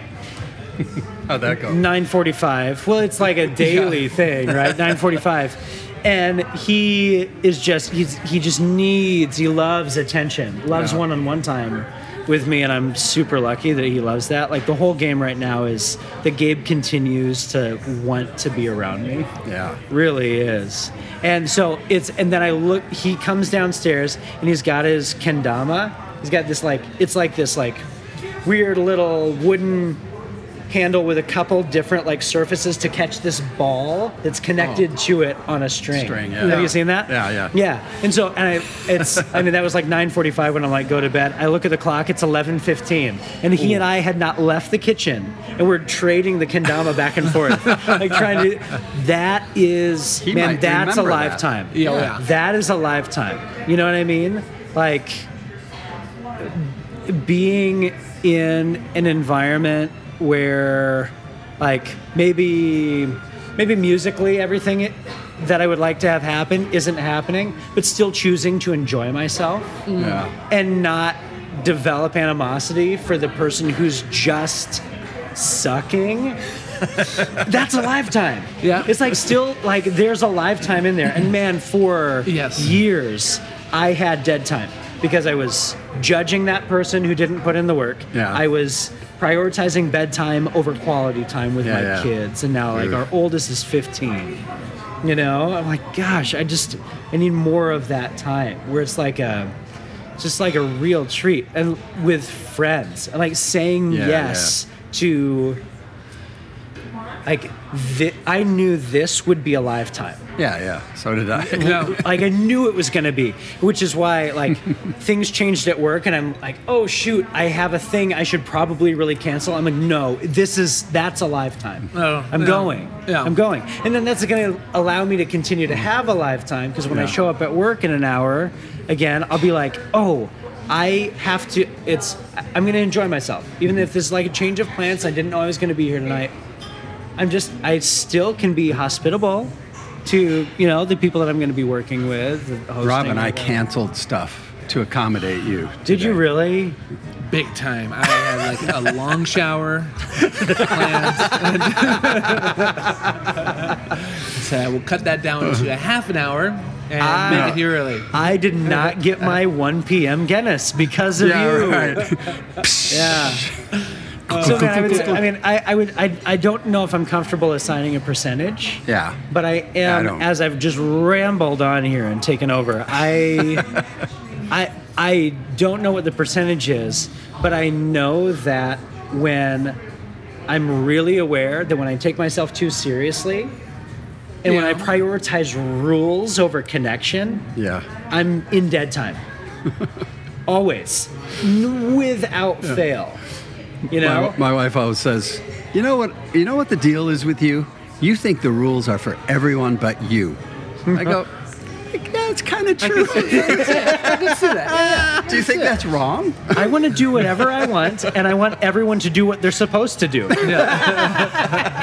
[SPEAKER 1] How'd that go?
[SPEAKER 2] 9:45. Well, it's like a daily thing, right? 9:45. And he is just he's he just needs he loves attention. Loves
[SPEAKER 1] Yeah.
[SPEAKER 2] one-on-one time with me and I'm super lucky that he loves that. Like the whole game right now is that Gabe continues to want to be around me
[SPEAKER 1] Yeah.
[SPEAKER 2] really is and so it's and then i look he comes downstairs and he's got his kendama he's got this like it's like this like weird little wooden handle with a couple different like surfaces to catch this ball that's connected to it on a string
[SPEAKER 1] Oh. String, yeah.
[SPEAKER 2] have
[SPEAKER 1] Yeah.
[SPEAKER 2] you seen that
[SPEAKER 1] Yeah, yeah.
[SPEAKER 2] yeah and so and i it's i mean that was like 9.45 when i'm like go to bed i look at the clock it's 11.15 and he and i had not left the kitchen and we're trading the kendama back and forth like trying to that is
[SPEAKER 1] He
[SPEAKER 2] man
[SPEAKER 1] might
[SPEAKER 2] that's a
[SPEAKER 1] remember that.
[SPEAKER 2] lifetime
[SPEAKER 3] Yeah, oh, yeah.
[SPEAKER 2] that is a lifetime you know what i mean like being in an environment where like maybe maybe musically everything it, that i would like to have happen isn't happening but still choosing to enjoy myself
[SPEAKER 1] Yeah.
[SPEAKER 2] and not develop animosity for the person who's just sucking that's a lifetime
[SPEAKER 3] Yeah.
[SPEAKER 2] it's like still like there's a lifetime in there and man for
[SPEAKER 3] Yes.
[SPEAKER 2] years i had dead time because i was judging that person who didn't put in the work
[SPEAKER 1] Yeah.
[SPEAKER 2] i was prioritizing bedtime over quality time with
[SPEAKER 1] Yeah,
[SPEAKER 2] my
[SPEAKER 1] yeah.
[SPEAKER 2] kids and now like
[SPEAKER 1] Ooh.
[SPEAKER 2] our oldest is 15 you know i'm like gosh i just i need more of that time where it's like a just like a real treat and with friends and like saying
[SPEAKER 1] Yeah,
[SPEAKER 2] yes to like thi- i knew this would be a lifetime
[SPEAKER 1] Yeah, yeah. So did I.
[SPEAKER 3] No.
[SPEAKER 2] like i knew it was going to be which is why like things changed at work and i'm like oh shoot i have a thing i should probably really cancel i'm like no this is that's a lifetime
[SPEAKER 3] Oh,
[SPEAKER 2] i'm
[SPEAKER 3] yeah.
[SPEAKER 2] going
[SPEAKER 3] Yeah.
[SPEAKER 2] i'm going and then that's going to allow me to continue to have a lifetime because when i
[SPEAKER 1] Yeah.
[SPEAKER 2] show up at work in an hour again i'll be like oh i have to it's i'm going to enjoy myself even if this is like a change of plans i didn't know i was going to be here tonight I'm just I still can be hospitable to you know the people that I'm going to be working with. the hosting
[SPEAKER 1] Robin, I
[SPEAKER 2] or whatever.
[SPEAKER 1] canceled stuff to accommodate you.
[SPEAKER 2] Did you
[SPEAKER 1] today.
[SPEAKER 2] really?
[SPEAKER 3] Big time. I had like a long shower planned. so I will cut that down to a half an hour and
[SPEAKER 2] Ah.
[SPEAKER 3] make it here early.
[SPEAKER 2] I did not get my 1 p.m. Guinness because of
[SPEAKER 1] Yeah,
[SPEAKER 2] you.
[SPEAKER 1] right.
[SPEAKER 2] Yeah. so man, I, would say, I mean, I, I would I, I don't know if I'm comfortable assigning a percentage.
[SPEAKER 1] Yeah.
[SPEAKER 2] But I
[SPEAKER 1] Yeah, I
[SPEAKER 2] am,
[SPEAKER 1] don't-
[SPEAKER 2] as I've just rambled on here and taken over. I, I, I don't know what the percentage is, but I know that when I'm really aware that when I take myself too seriously, and when I
[SPEAKER 3] Yeah.
[SPEAKER 2] prioritize rules over connection,
[SPEAKER 1] Yeah.
[SPEAKER 2] I'm in dead time. Always, N- without fail. You know,
[SPEAKER 1] My, my wife always says, "You know what? You know what the deal is with you? You think the rules are for everyone but you." I go, "Yeah, it's kind of true." Do you think that's wrong?
[SPEAKER 2] I want to do whatever I want, and I want everyone to do what they're supposed to do.
[SPEAKER 1] I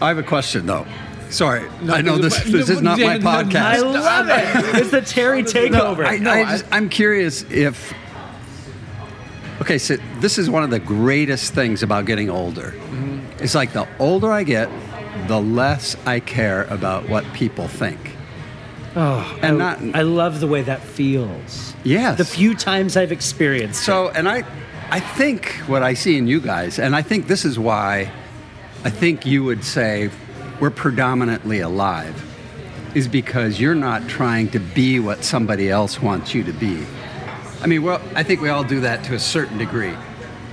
[SPEAKER 1] have a question though. Sorry, I know this.
[SPEAKER 3] no,
[SPEAKER 1] This is not my
[SPEAKER 3] no, no, no.
[SPEAKER 2] I
[SPEAKER 1] podcast.
[SPEAKER 2] love it. It's the Terry takeover.
[SPEAKER 1] I, I just, I'm curious if. Okay, so this is one of the greatest things about getting older.
[SPEAKER 2] Mm-hmm.
[SPEAKER 1] It's like the older I get, the less I care about what people think. Oh, and not
[SPEAKER 2] I love the way that feels.
[SPEAKER 1] Yes.
[SPEAKER 2] The few times I've experienced it.
[SPEAKER 1] So, and I, I think what I see in you guys, and I think this is why I think you would say we're predominantly alive, is because you're not trying to be what somebody else wants you to be. I mean, well, I think we all do that to a certain degree.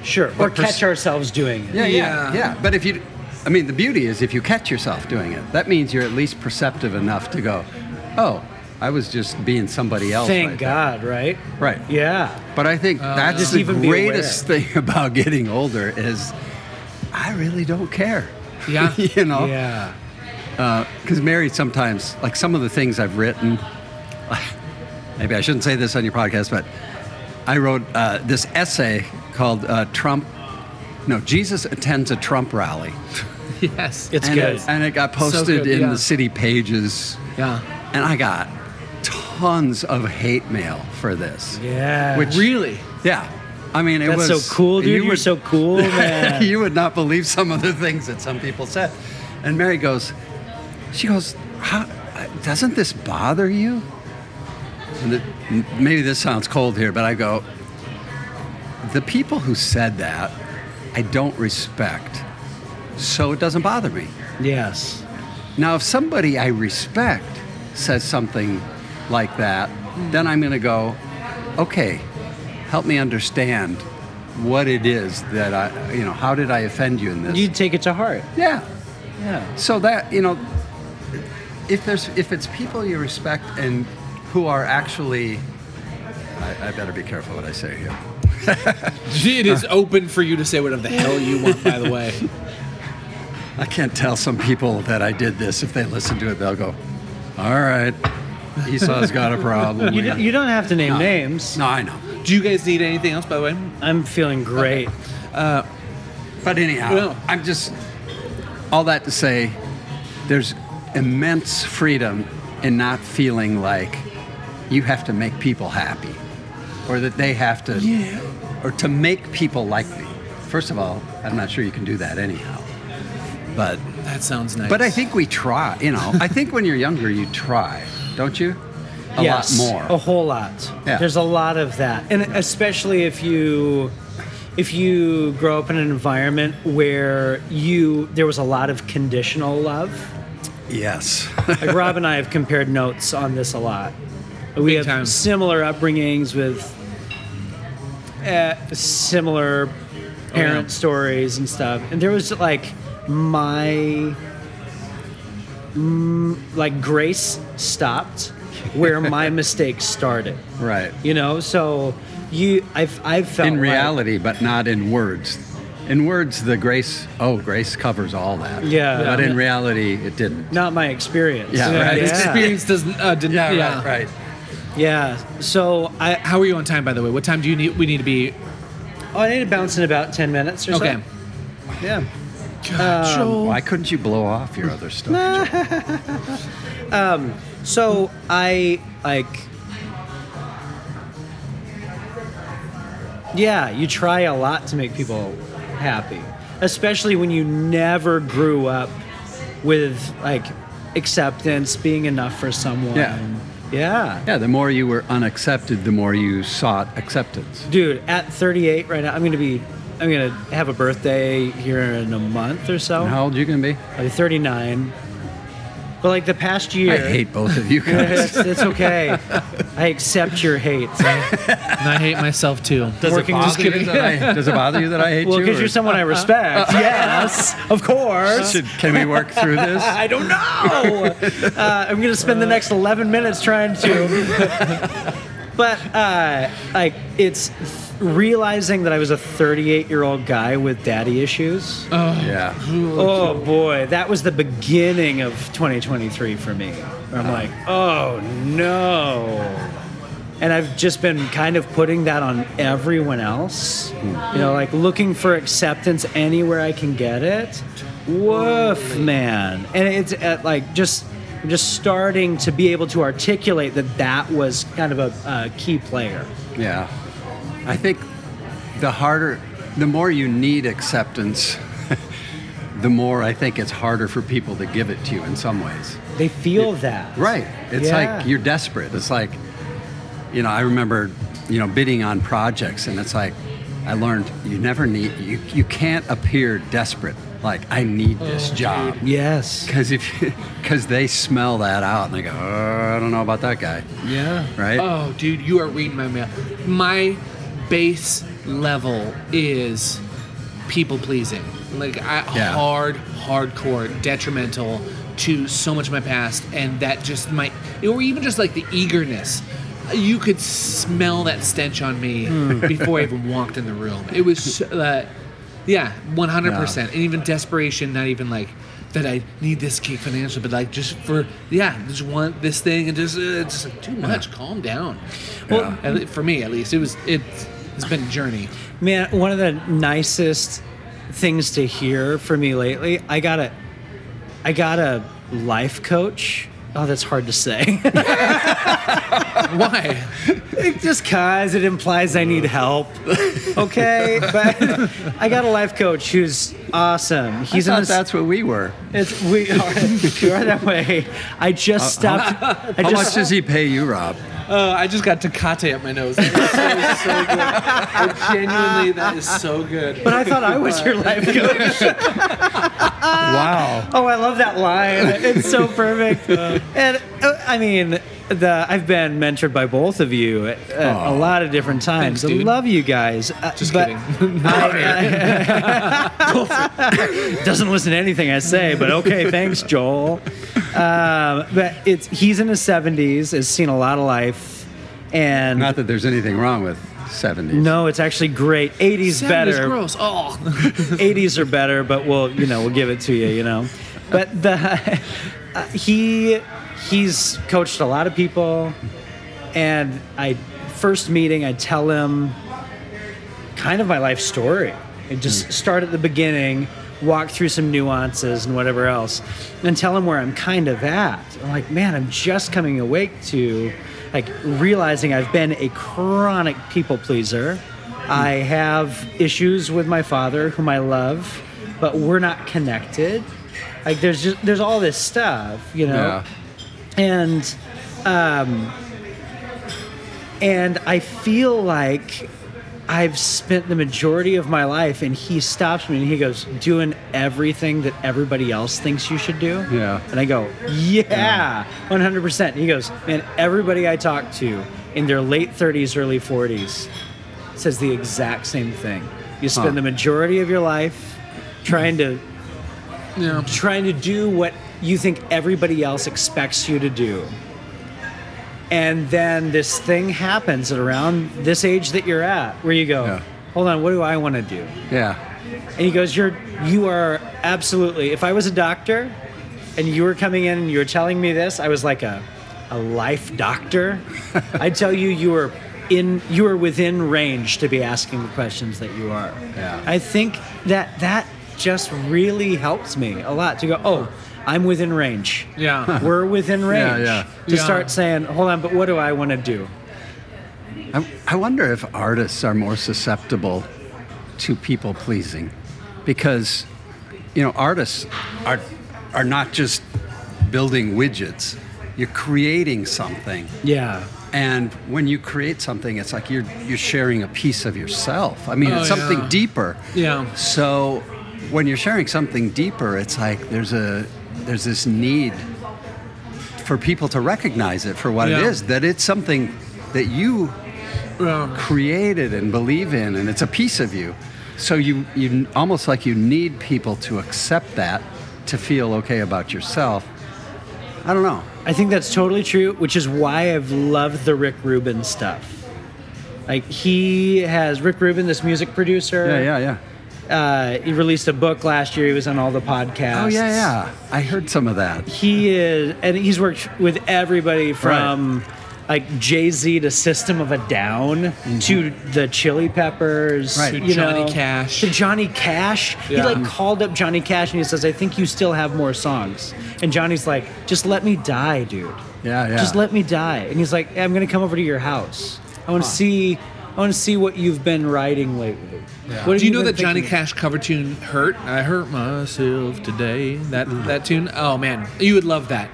[SPEAKER 2] Sure. Or
[SPEAKER 1] But pers-
[SPEAKER 2] catch ourselves doing it.
[SPEAKER 1] Yeah, yeah,
[SPEAKER 3] Yeah.
[SPEAKER 1] yeah. But if you, I mean, the beauty is if you catch yourself doing it, that means you're at least perceptive enough to go, oh, I was just being somebody else.
[SPEAKER 2] Thank
[SPEAKER 1] right there."
[SPEAKER 2] God, right?
[SPEAKER 1] Right.
[SPEAKER 2] Yeah.
[SPEAKER 1] But I think that's
[SPEAKER 2] Uh, Just
[SPEAKER 1] the
[SPEAKER 2] even be aware.
[SPEAKER 1] greatest thing about getting older is I really don't care.
[SPEAKER 3] Yeah.
[SPEAKER 1] you know?
[SPEAKER 2] Yeah.
[SPEAKER 1] Because Mary, sometimes, like some of the things I've written, maybe I shouldn't say this on your podcast, but I wrote uh, this essay called uh, Trump, no, Jesus Attends a Trump Rally.
[SPEAKER 3] Yes.
[SPEAKER 2] It's
[SPEAKER 1] and
[SPEAKER 2] good.
[SPEAKER 1] It, and it got
[SPEAKER 3] So
[SPEAKER 1] posted
[SPEAKER 3] good,
[SPEAKER 1] in
[SPEAKER 3] yeah.
[SPEAKER 1] the city pages.
[SPEAKER 3] Yeah.
[SPEAKER 1] And I got tons of hate mail for this.
[SPEAKER 2] yeah.
[SPEAKER 1] Which-
[SPEAKER 3] really.
[SPEAKER 1] Yeah. I mean, it
[SPEAKER 2] That's
[SPEAKER 1] was
[SPEAKER 2] so cool, dude. You were
[SPEAKER 1] would-
[SPEAKER 2] so cool, man.
[SPEAKER 1] you would not believe some of the things that some people said. And Mary goes, she goes, How, doesn't this bother you? And it, m- maybe this sounds cold here, but I go, the people who said that, I don't respect. So it doesn't bother me.
[SPEAKER 2] yes.
[SPEAKER 1] Now, if somebody I respect says something like that,
[SPEAKER 2] Hmm.
[SPEAKER 1] then I'm going to go, okay, help me understand what it is that I, you know, how did I offend you in this?
[SPEAKER 2] You take it to heart.
[SPEAKER 1] yeah.
[SPEAKER 2] Yeah.
[SPEAKER 1] So that, you know, if there's, if it's people you respect and who are actually, I, I better be careful what I say here.
[SPEAKER 3] It is open for you to say whatever the hell you want. By the way.
[SPEAKER 1] I can't tell some people that I did this. If they listen to it, they'll go, all right, Esau's got a problem.
[SPEAKER 2] You, do, you don't have to name names.
[SPEAKER 1] Oh, no, I know.
[SPEAKER 3] Do you guys need anything else? By the way.
[SPEAKER 2] I'm feeling great.
[SPEAKER 1] But anyhow,
[SPEAKER 3] No.
[SPEAKER 1] I'm just all that to say there's immense freedom in not feeling like you have to make people happy or that they have to or to make people like me. First of all, I'm not sure you can do that anyhow. But
[SPEAKER 3] That sounds nice.
[SPEAKER 1] but I think we try, you know. I think when you're younger you try, don't you? A
[SPEAKER 2] Yes, Oh.
[SPEAKER 1] lot more.
[SPEAKER 2] A whole lot.
[SPEAKER 1] Yeah.
[SPEAKER 2] There's a lot of that. And especially if you if you grow up in an environment where you there was a lot of conditional love.
[SPEAKER 1] Yes.
[SPEAKER 2] Like Rob and I have compared notes on this a lot. We have
[SPEAKER 3] time.
[SPEAKER 2] similar upbringings with uh, similar
[SPEAKER 1] Oh,
[SPEAKER 2] parent stories and stuff. And there was like my mm, like grace stopped where my mistakes started.
[SPEAKER 1] right.
[SPEAKER 2] You know, so you I've I've felt
[SPEAKER 1] in
[SPEAKER 2] like-
[SPEAKER 1] reality, but not in words. In words, the grace, oh, grace covers all that.
[SPEAKER 2] Yeah.
[SPEAKER 1] But in reality, it didn't.
[SPEAKER 2] not my experience.
[SPEAKER 1] Yeah,
[SPEAKER 3] Yeah,
[SPEAKER 1] right.
[SPEAKER 3] this
[SPEAKER 2] Yeah.
[SPEAKER 3] experience doesn't. Uh, did, yeah,
[SPEAKER 1] right.
[SPEAKER 2] Yeah. So I
[SPEAKER 3] How are you on time? By the way, what time do you need? We need to be.
[SPEAKER 2] oh, I need to bounce in about ten minutes or
[SPEAKER 3] Okay.
[SPEAKER 2] so. Yeah.
[SPEAKER 1] Why couldn't you blow off your other stuff? Joel?
[SPEAKER 2] So I like. Yeah, you try a lot to make people happy, especially when you never grew up with like acceptance being enough for someone.
[SPEAKER 1] Yeah.
[SPEAKER 2] Yeah.
[SPEAKER 1] yeah, the more you were unaccepted, the more you sought acceptance.
[SPEAKER 2] Dude, at 38 right now, I'm going to be I'm going to have a birthday here in a month or so.
[SPEAKER 1] And how old you going to be?
[SPEAKER 2] I'll be 39. But like the past year
[SPEAKER 1] I hate both of you
[SPEAKER 2] it's,
[SPEAKER 1] guys.
[SPEAKER 2] it's okay. I accept your hate.
[SPEAKER 3] And I hate myself too.
[SPEAKER 2] Working- just
[SPEAKER 1] Bother you
[SPEAKER 2] kidding.
[SPEAKER 1] that I- does it bother you that I hate
[SPEAKER 2] Well,
[SPEAKER 1] you?
[SPEAKER 2] because
[SPEAKER 1] or-
[SPEAKER 2] you're someone I respect. yes, of course.
[SPEAKER 1] Should- can we work through this?
[SPEAKER 2] I don't know. uh, I'm going to spend the next 11 minutes trying to. but uh, like, it's realizing that I was a 38 year old guy with daddy issues.
[SPEAKER 1] Yeah.
[SPEAKER 2] oh boy, that was the beginning of 2023 for me.
[SPEAKER 1] Uh-huh.
[SPEAKER 2] I'm like, oh no. And I've just been kind of putting that on everyone else.
[SPEAKER 1] Hmm.
[SPEAKER 2] You know, like looking for acceptance anywhere I can get it. Woof, man. And it's at like just just starting to be able to articulate that that was kind of a, a key player.
[SPEAKER 1] Yeah. I think the harder, the more you need acceptance, the more I think it's harder for people to give it to you in some ways.
[SPEAKER 2] They feel that.
[SPEAKER 1] Right. It's
[SPEAKER 2] Yeah.
[SPEAKER 1] like you're desperate. It's like, you know, I remember, you know, bidding on projects and it's like I learned you never need you you can't appear desperate like I need this job
[SPEAKER 2] Yes.
[SPEAKER 1] because if because they smell that out and they go, oh, I don't know about that guy,
[SPEAKER 3] Yeah.
[SPEAKER 1] Right?
[SPEAKER 3] Oh, dude, you are reading my mail. My base level is people pleasing. Like I
[SPEAKER 1] Yeah.
[SPEAKER 3] hard, hardcore, detrimental to so much of my past, and that just my or even just like the eagerness. You could smell that stench on me before I even walked in the room. It was, so- uh, yeah, one hundred percent, and even desperation. Not even like that. I need this cake financially, but like just for yeah, just want this thing and just uh, it's just like too much. Calm down. Well, at le- for me at least, it was it's it's been a journey.
[SPEAKER 2] Man, one of the nicest things to hear from me lately, I got a I got a life coach. Oh, that's hard to say.
[SPEAKER 3] Why?
[SPEAKER 2] It just cause it implies I need help. Okay, but I got a life coach who's awesome. He's
[SPEAKER 1] I
[SPEAKER 2] in
[SPEAKER 1] thought
[SPEAKER 2] this,
[SPEAKER 1] that's what we were.
[SPEAKER 2] it's, we are we are that way. I just stopped. I
[SPEAKER 1] How
[SPEAKER 2] just,
[SPEAKER 1] much does he pay you, Rob?
[SPEAKER 3] Uh, I just got Tecate up my nose. That is so, so good. Like, genuinely, that is so good.
[SPEAKER 2] But I thought I was your life coach.
[SPEAKER 1] wow.
[SPEAKER 2] Oh, I love that line. It's so perfect. and uh, I mean, the I've been mentored by both of you at, at a lot of different times.
[SPEAKER 3] Thanks,
[SPEAKER 2] I
[SPEAKER 3] dude.
[SPEAKER 2] love you guys. Uh,
[SPEAKER 3] Just
[SPEAKER 2] but
[SPEAKER 3] kidding.
[SPEAKER 2] doesn't listen to anything I say, but okay, thanks, Joel. Um, but it's he's in his seventies, has seen a lot of life, and
[SPEAKER 1] Not that there's anything wrong with 70s.
[SPEAKER 2] no, it's actually great. Eighties
[SPEAKER 3] That is
[SPEAKER 2] better.
[SPEAKER 3] gross. Oh,
[SPEAKER 2] 80s are better, but we'll you know we'll give it to you, you know. But the uh, he he's coached a lot of people, and I first meeting I tell him kind of my life story and just start at the beginning, walk through some nuances and whatever else, and tell him where I'm kind of at. I'm like, man, I'm just coming awake to like realizing I've been a chronic people pleaser. I have issues with my father, whom I love, but we're not connected. Like there's just there's all this stuff, you know
[SPEAKER 1] Yeah.
[SPEAKER 2] and um, and I feel like I've spent the majority of my life, and he stops me and he goes, doing everything that everybody else thinks you should do.
[SPEAKER 1] Yeah.
[SPEAKER 2] And I go, yeah, one hundred percent. And he goes, man, everybody I talk to in their late thirties, early forties, says the exact same thing. You spend the majority of your life trying to
[SPEAKER 3] yeah.
[SPEAKER 2] trying to do what you think everybody else expects you to do. And then this thing happens at around this age that you're at where you go,
[SPEAKER 1] Yeah.
[SPEAKER 2] "Hold on, what do I want to do?"
[SPEAKER 1] Yeah.
[SPEAKER 2] And he goes, "You're you are absolutely. If I was a doctor and you were coming in and you were telling me this, I was like a a life doctor. I tell you you were in you were within range to be asking the questions that you are.
[SPEAKER 1] Yeah.
[SPEAKER 2] I think that that just really helps me a lot to go, "Oh, I'm within range."
[SPEAKER 3] Yeah.
[SPEAKER 2] We're within range
[SPEAKER 1] yeah.
[SPEAKER 2] to
[SPEAKER 3] Yeah.
[SPEAKER 2] start saying, "Hold on, but what do I want to do?"
[SPEAKER 1] I, I wonder if artists are more susceptible to people pleasing because, you know, artists are, are not just building widgets, you're creating something.
[SPEAKER 2] Yeah.
[SPEAKER 1] And when you create something, it's like you're you're sharing a piece of yourself. I mean,
[SPEAKER 3] Oh,
[SPEAKER 1] it's something
[SPEAKER 3] yeah.
[SPEAKER 1] deeper.
[SPEAKER 3] Yeah.
[SPEAKER 1] So when you're sharing something deeper, it's like there's a there's this need for people to recognize it for what it
[SPEAKER 3] Yeah.
[SPEAKER 1] is that it's something that you
[SPEAKER 3] Yeah.
[SPEAKER 1] created and believe in and it's a piece of you. So you you almost like you need people to accept that to feel okay about yourself. I don't know.
[SPEAKER 2] I think that's totally true, which is why I've loved the Rick Rubin stuff. Like he has Rick Rubin, this music producer.
[SPEAKER 1] Yeah, yeah, yeah.
[SPEAKER 2] Uh, he released a book last year. He was on all the podcasts.
[SPEAKER 1] Oh yeah, yeah. I heard some of that.
[SPEAKER 2] He is, and he's worked with everybody from like Jay Z to System of a Down to the Chili Peppers,
[SPEAKER 1] Mm-hmm. Right.
[SPEAKER 3] To
[SPEAKER 2] you
[SPEAKER 3] Johnny
[SPEAKER 2] know,
[SPEAKER 3] Cash.
[SPEAKER 2] to Johnny Cash. He
[SPEAKER 3] Yeah.
[SPEAKER 2] like called up Johnny Cash and he says, "I think you still have more songs." And Johnny's like, "Just let me die, dude."
[SPEAKER 1] Yeah, yeah.
[SPEAKER 2] Just let me die. And he's like, I'm gonna come over to your house. I want to see. I want to see what you've been writing lately. What have
[SPEAKER 3] Do you know
[SPEAKER 2] been
[SPEAKER 3] that Johnny
[SPEAKER 2] thinking?
[SPEAKER 3] Cash cover tune "Hurt"? I hurt myself today. That that tune. Oh man, you would love that.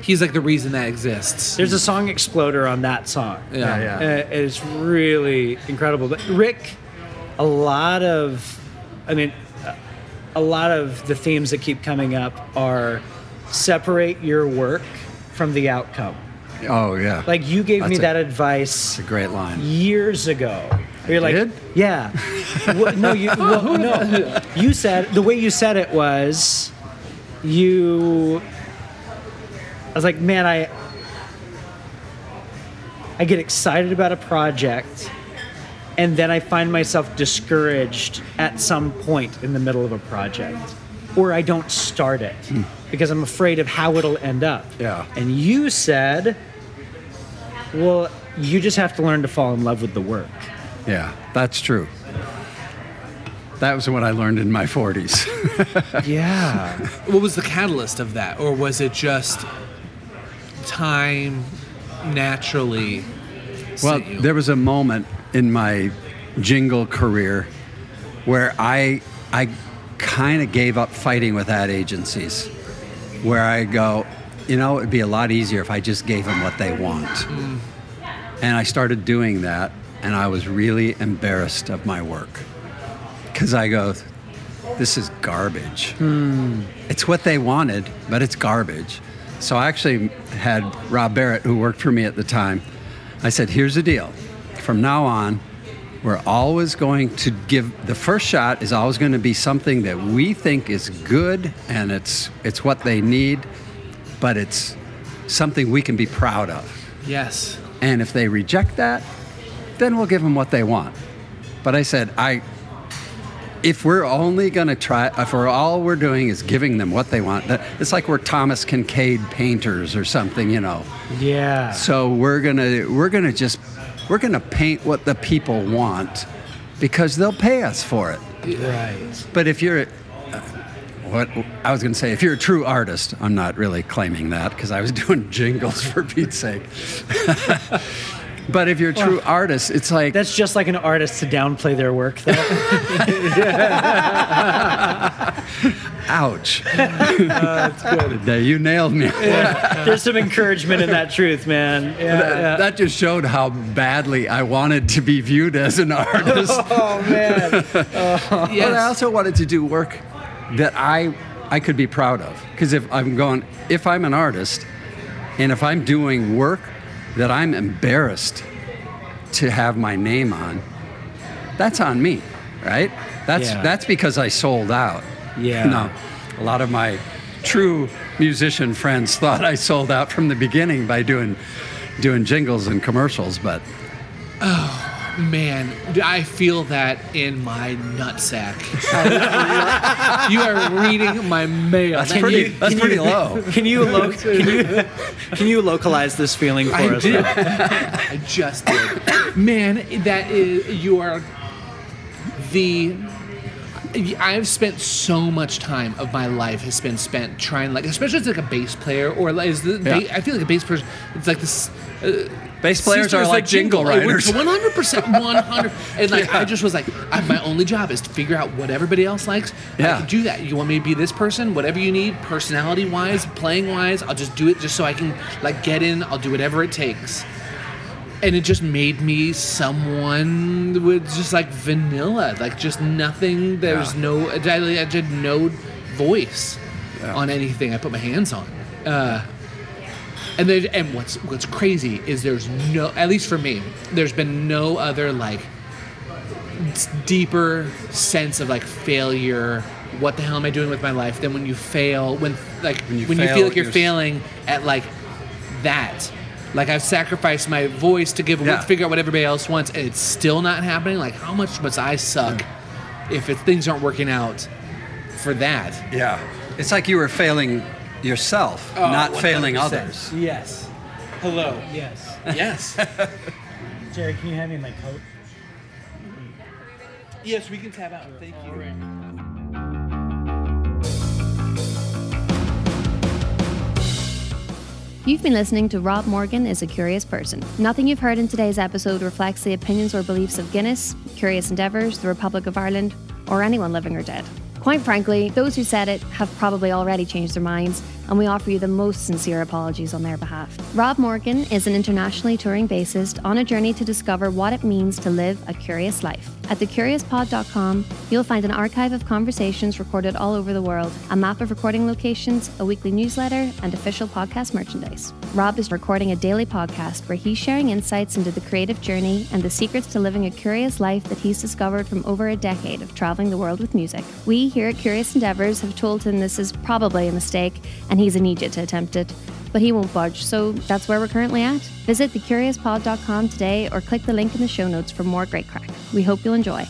[SPEAKER 3] He's like the reason that exists.
[SPEAKER 2] There's a song exploder on that song.
[SPEAKER 1] yeah,
[SPEAKER 3] yeah.
[SPEAKER 1] yeah.
[SPEAKER 2] Uh, it's really incredible. But Rick, a lot of, I mean, uh, a lot of the themes that keep coming up are separate your work from the outcome.
[SPEAKER 1] Oh yeah.
[SPEAKER 2] Like you gave me
[SPEAKER 1] That's a-
[SPEAKER 2] that advice.
[SPEAKER 1] That's a great line.
[SPEAKER 2] years ago. You're like,
[SPEAKER 1] did?
[SPEAKER 2] yeah. What- no, you well, no. You said the way you said it was, you. I was like, man, I. I get excited about a project, and then I find myself discouraged at some point in the middle of a project, or I don't start it because I'm afraid of how it'll end up.
[SPEAKER 1] Hmm. Yeah.
[SPEAKER 2] And you said, well, you just have to learn to fall in love with the work.
[SPEAKER 1] Yeah, that's true. That was what I learned in my 40s.
[SPEAKER 2] Yeah.
[SPEAKER 3] What was the catalyst of that, or was it just time naturally?
[SPEAKER 1] Well,
[SPEAKER 3] sent you?
[SPEAKER 1] there was a moment in my jingle career where I I kind of gave up fighting with ad agencies. Where I go, you know, it'd be a lot easier if I just gave them what they want.
[SPEAKER 2] Mm.
[SPEAKER 1] And I started doing that, and I was really embarrassed of my work because I go, this is garbage. It's what they wanted, but it's garbage. So I actually had Rob Barrett, who worked for me at the time, I said, here's the deal. From now on, we're always going to give the first shot is always going to be something that we think is good and it's it's what they need, but it's something we can be proud of.
[SPEAKER 3] yes.
[SPEAKER 1] And if they reject that, then we'll give them what they want. But I said, I, if we're only going to try, if we're all we're doing is giving them what they want, that- it's like we're Thomas Kincaid painters or something, you know.
[SPEAKER 2] Yeah.
[SPEAKER 1] So we're gonna we're gonna just we're gonna paint what the people want because they'll pay us for it.
[SPEAKER 2] right.
[SPEAKER 1] But if you're, uh, what I was going to say, if you're a true artist, I'm not really claiming that because I was doing jingles for Pete's sake. but if you're a true artist, it's like
[SPEAKER 2] That's just like an artist to downplay their work, though.
[SPEAKER 1] ouch. There, you nailed me.
[SPEAKER 2] There's some encouragement in that truth, man. Yeah.
[SPEAKER 1] that, that just showed how badly I wanted to be viewed as an artist.
[SPEAKER 2] Oh, man.
[SPEAKER 1] But I also wanted to do work that I I could be proud of. Because if I'm going, if I'm an artist, and if I'm doing work that I'm embarrassed to have my name on, that's on me, right? That's
[SPEAKER 2] Yeah.
[SPEAKER 1] that's because I sold out.
[SPEAKER 2] Yeah.
[SPEAKER 1] No, a lot of my true musician friends thought I sold out from the beginning by doing doing jingles and commercials, but
[SPEAKER 3] Man, do I feel that in my nutsack. you are reading my mail.
[SPEAKER 1] that's pretty that's pretty low.
[SPEAKER 2] Can you, lo- can, you, can you localize this feeling for
[SPEAKER 3] I
[SPEAKER 2] us?
[SPEAKER 3] did.
[SPEAKER 2] though?
[SPEAKER 3] I just did. Man, that is you are the. I've spent so much time of my life has been spent trying like, especially as like a bass player or like, is the,
[SPEAKER 1] Yeah.
[SPEAKER 3] ba- I feel like a bass person. It's like this.
[SPEAKER 1] Bass players are like jingle writers.
[SPEAKER 3] One hundred percent, one hundred. And like, I just was like, I, my only job is to figure out what everybody else likes.
[SPEAKER 1] Yeah.
[SPEAKER 3] I can do that. You want me to be this person? Whatever you need, personality wise, playing wise, I'll just do it just so I can like get in. I'll do whatever it takes. And it just made me someone with just like vanilla, like just nothing. There's
[SPEAKER 1] Yeah.
[SPEAKER 3] no, I I did no voice on anything I put my hands on. Uh, and then, and what's what's crazy is there's no, at least for me, there's been no other like s- deeper sense of like failure. What the hell am I doing with my life? Than when you fail, when like when you,
[SPEAKER 1] you
[SPEAKER 3] feel
[SPEAKER 1] fail,
[SPEAKER 3] like you're
[SPEAKER 1] you're s-
[SPEAKER 3] failing at like that. Like I've sacrificed my voice to give,
[SPEAKER 1] Yeah.
[SPEAKER 3] figure out what everybody else wants, and it's still not happening. Like how much must I suck if it, things aren't working out for that?
[SPEAKER 1] Yeah. It's like you were failing yourself, not failing
[SPEAKER 3] 100%.
[SPEAKER 1] others.
[SPEAKER 2] Yes. Hello. Yes.
[SPEAKER 3] Yes.
[SPEAKER 2] Jerry, can you hand me my coat?
[SPEAKER 3] yes, we can tap out. Thank you.
[SPEAKER 11] You've been listening to Rob Morgan is a Curious Person. Nothing you've heard in today's episode reflects the opinions or beliefs of Guinness, Curious Endeavours, the Republic of Ireland, or anyone living or dead. Quite frankly, those who said it have probably already changed their minds and we offer you the most sincere apologies on their behalf. Rob Morgan is an internationally touring bassist on a journey to discover what it means to live a curious life. At thecuriouspod.com, you'll find an archive of conversations recorded all over the world, a map of recording locations, a weekly newsletter, and official podcast merchandise. Rob is recording a daily podcast where he's sharing insights into the creative journey and the secrets to living a curious life that he's discovered from over a decade of traveling the world with music. We here at Curious Endeavors have told him this is probably a mistake and he's an idiot to attempt it, but he won't budge, so that's where we're currently at. Visit thecuriouspod.com today or click the link in the show notes for more great crack. We hope you'll enjoy.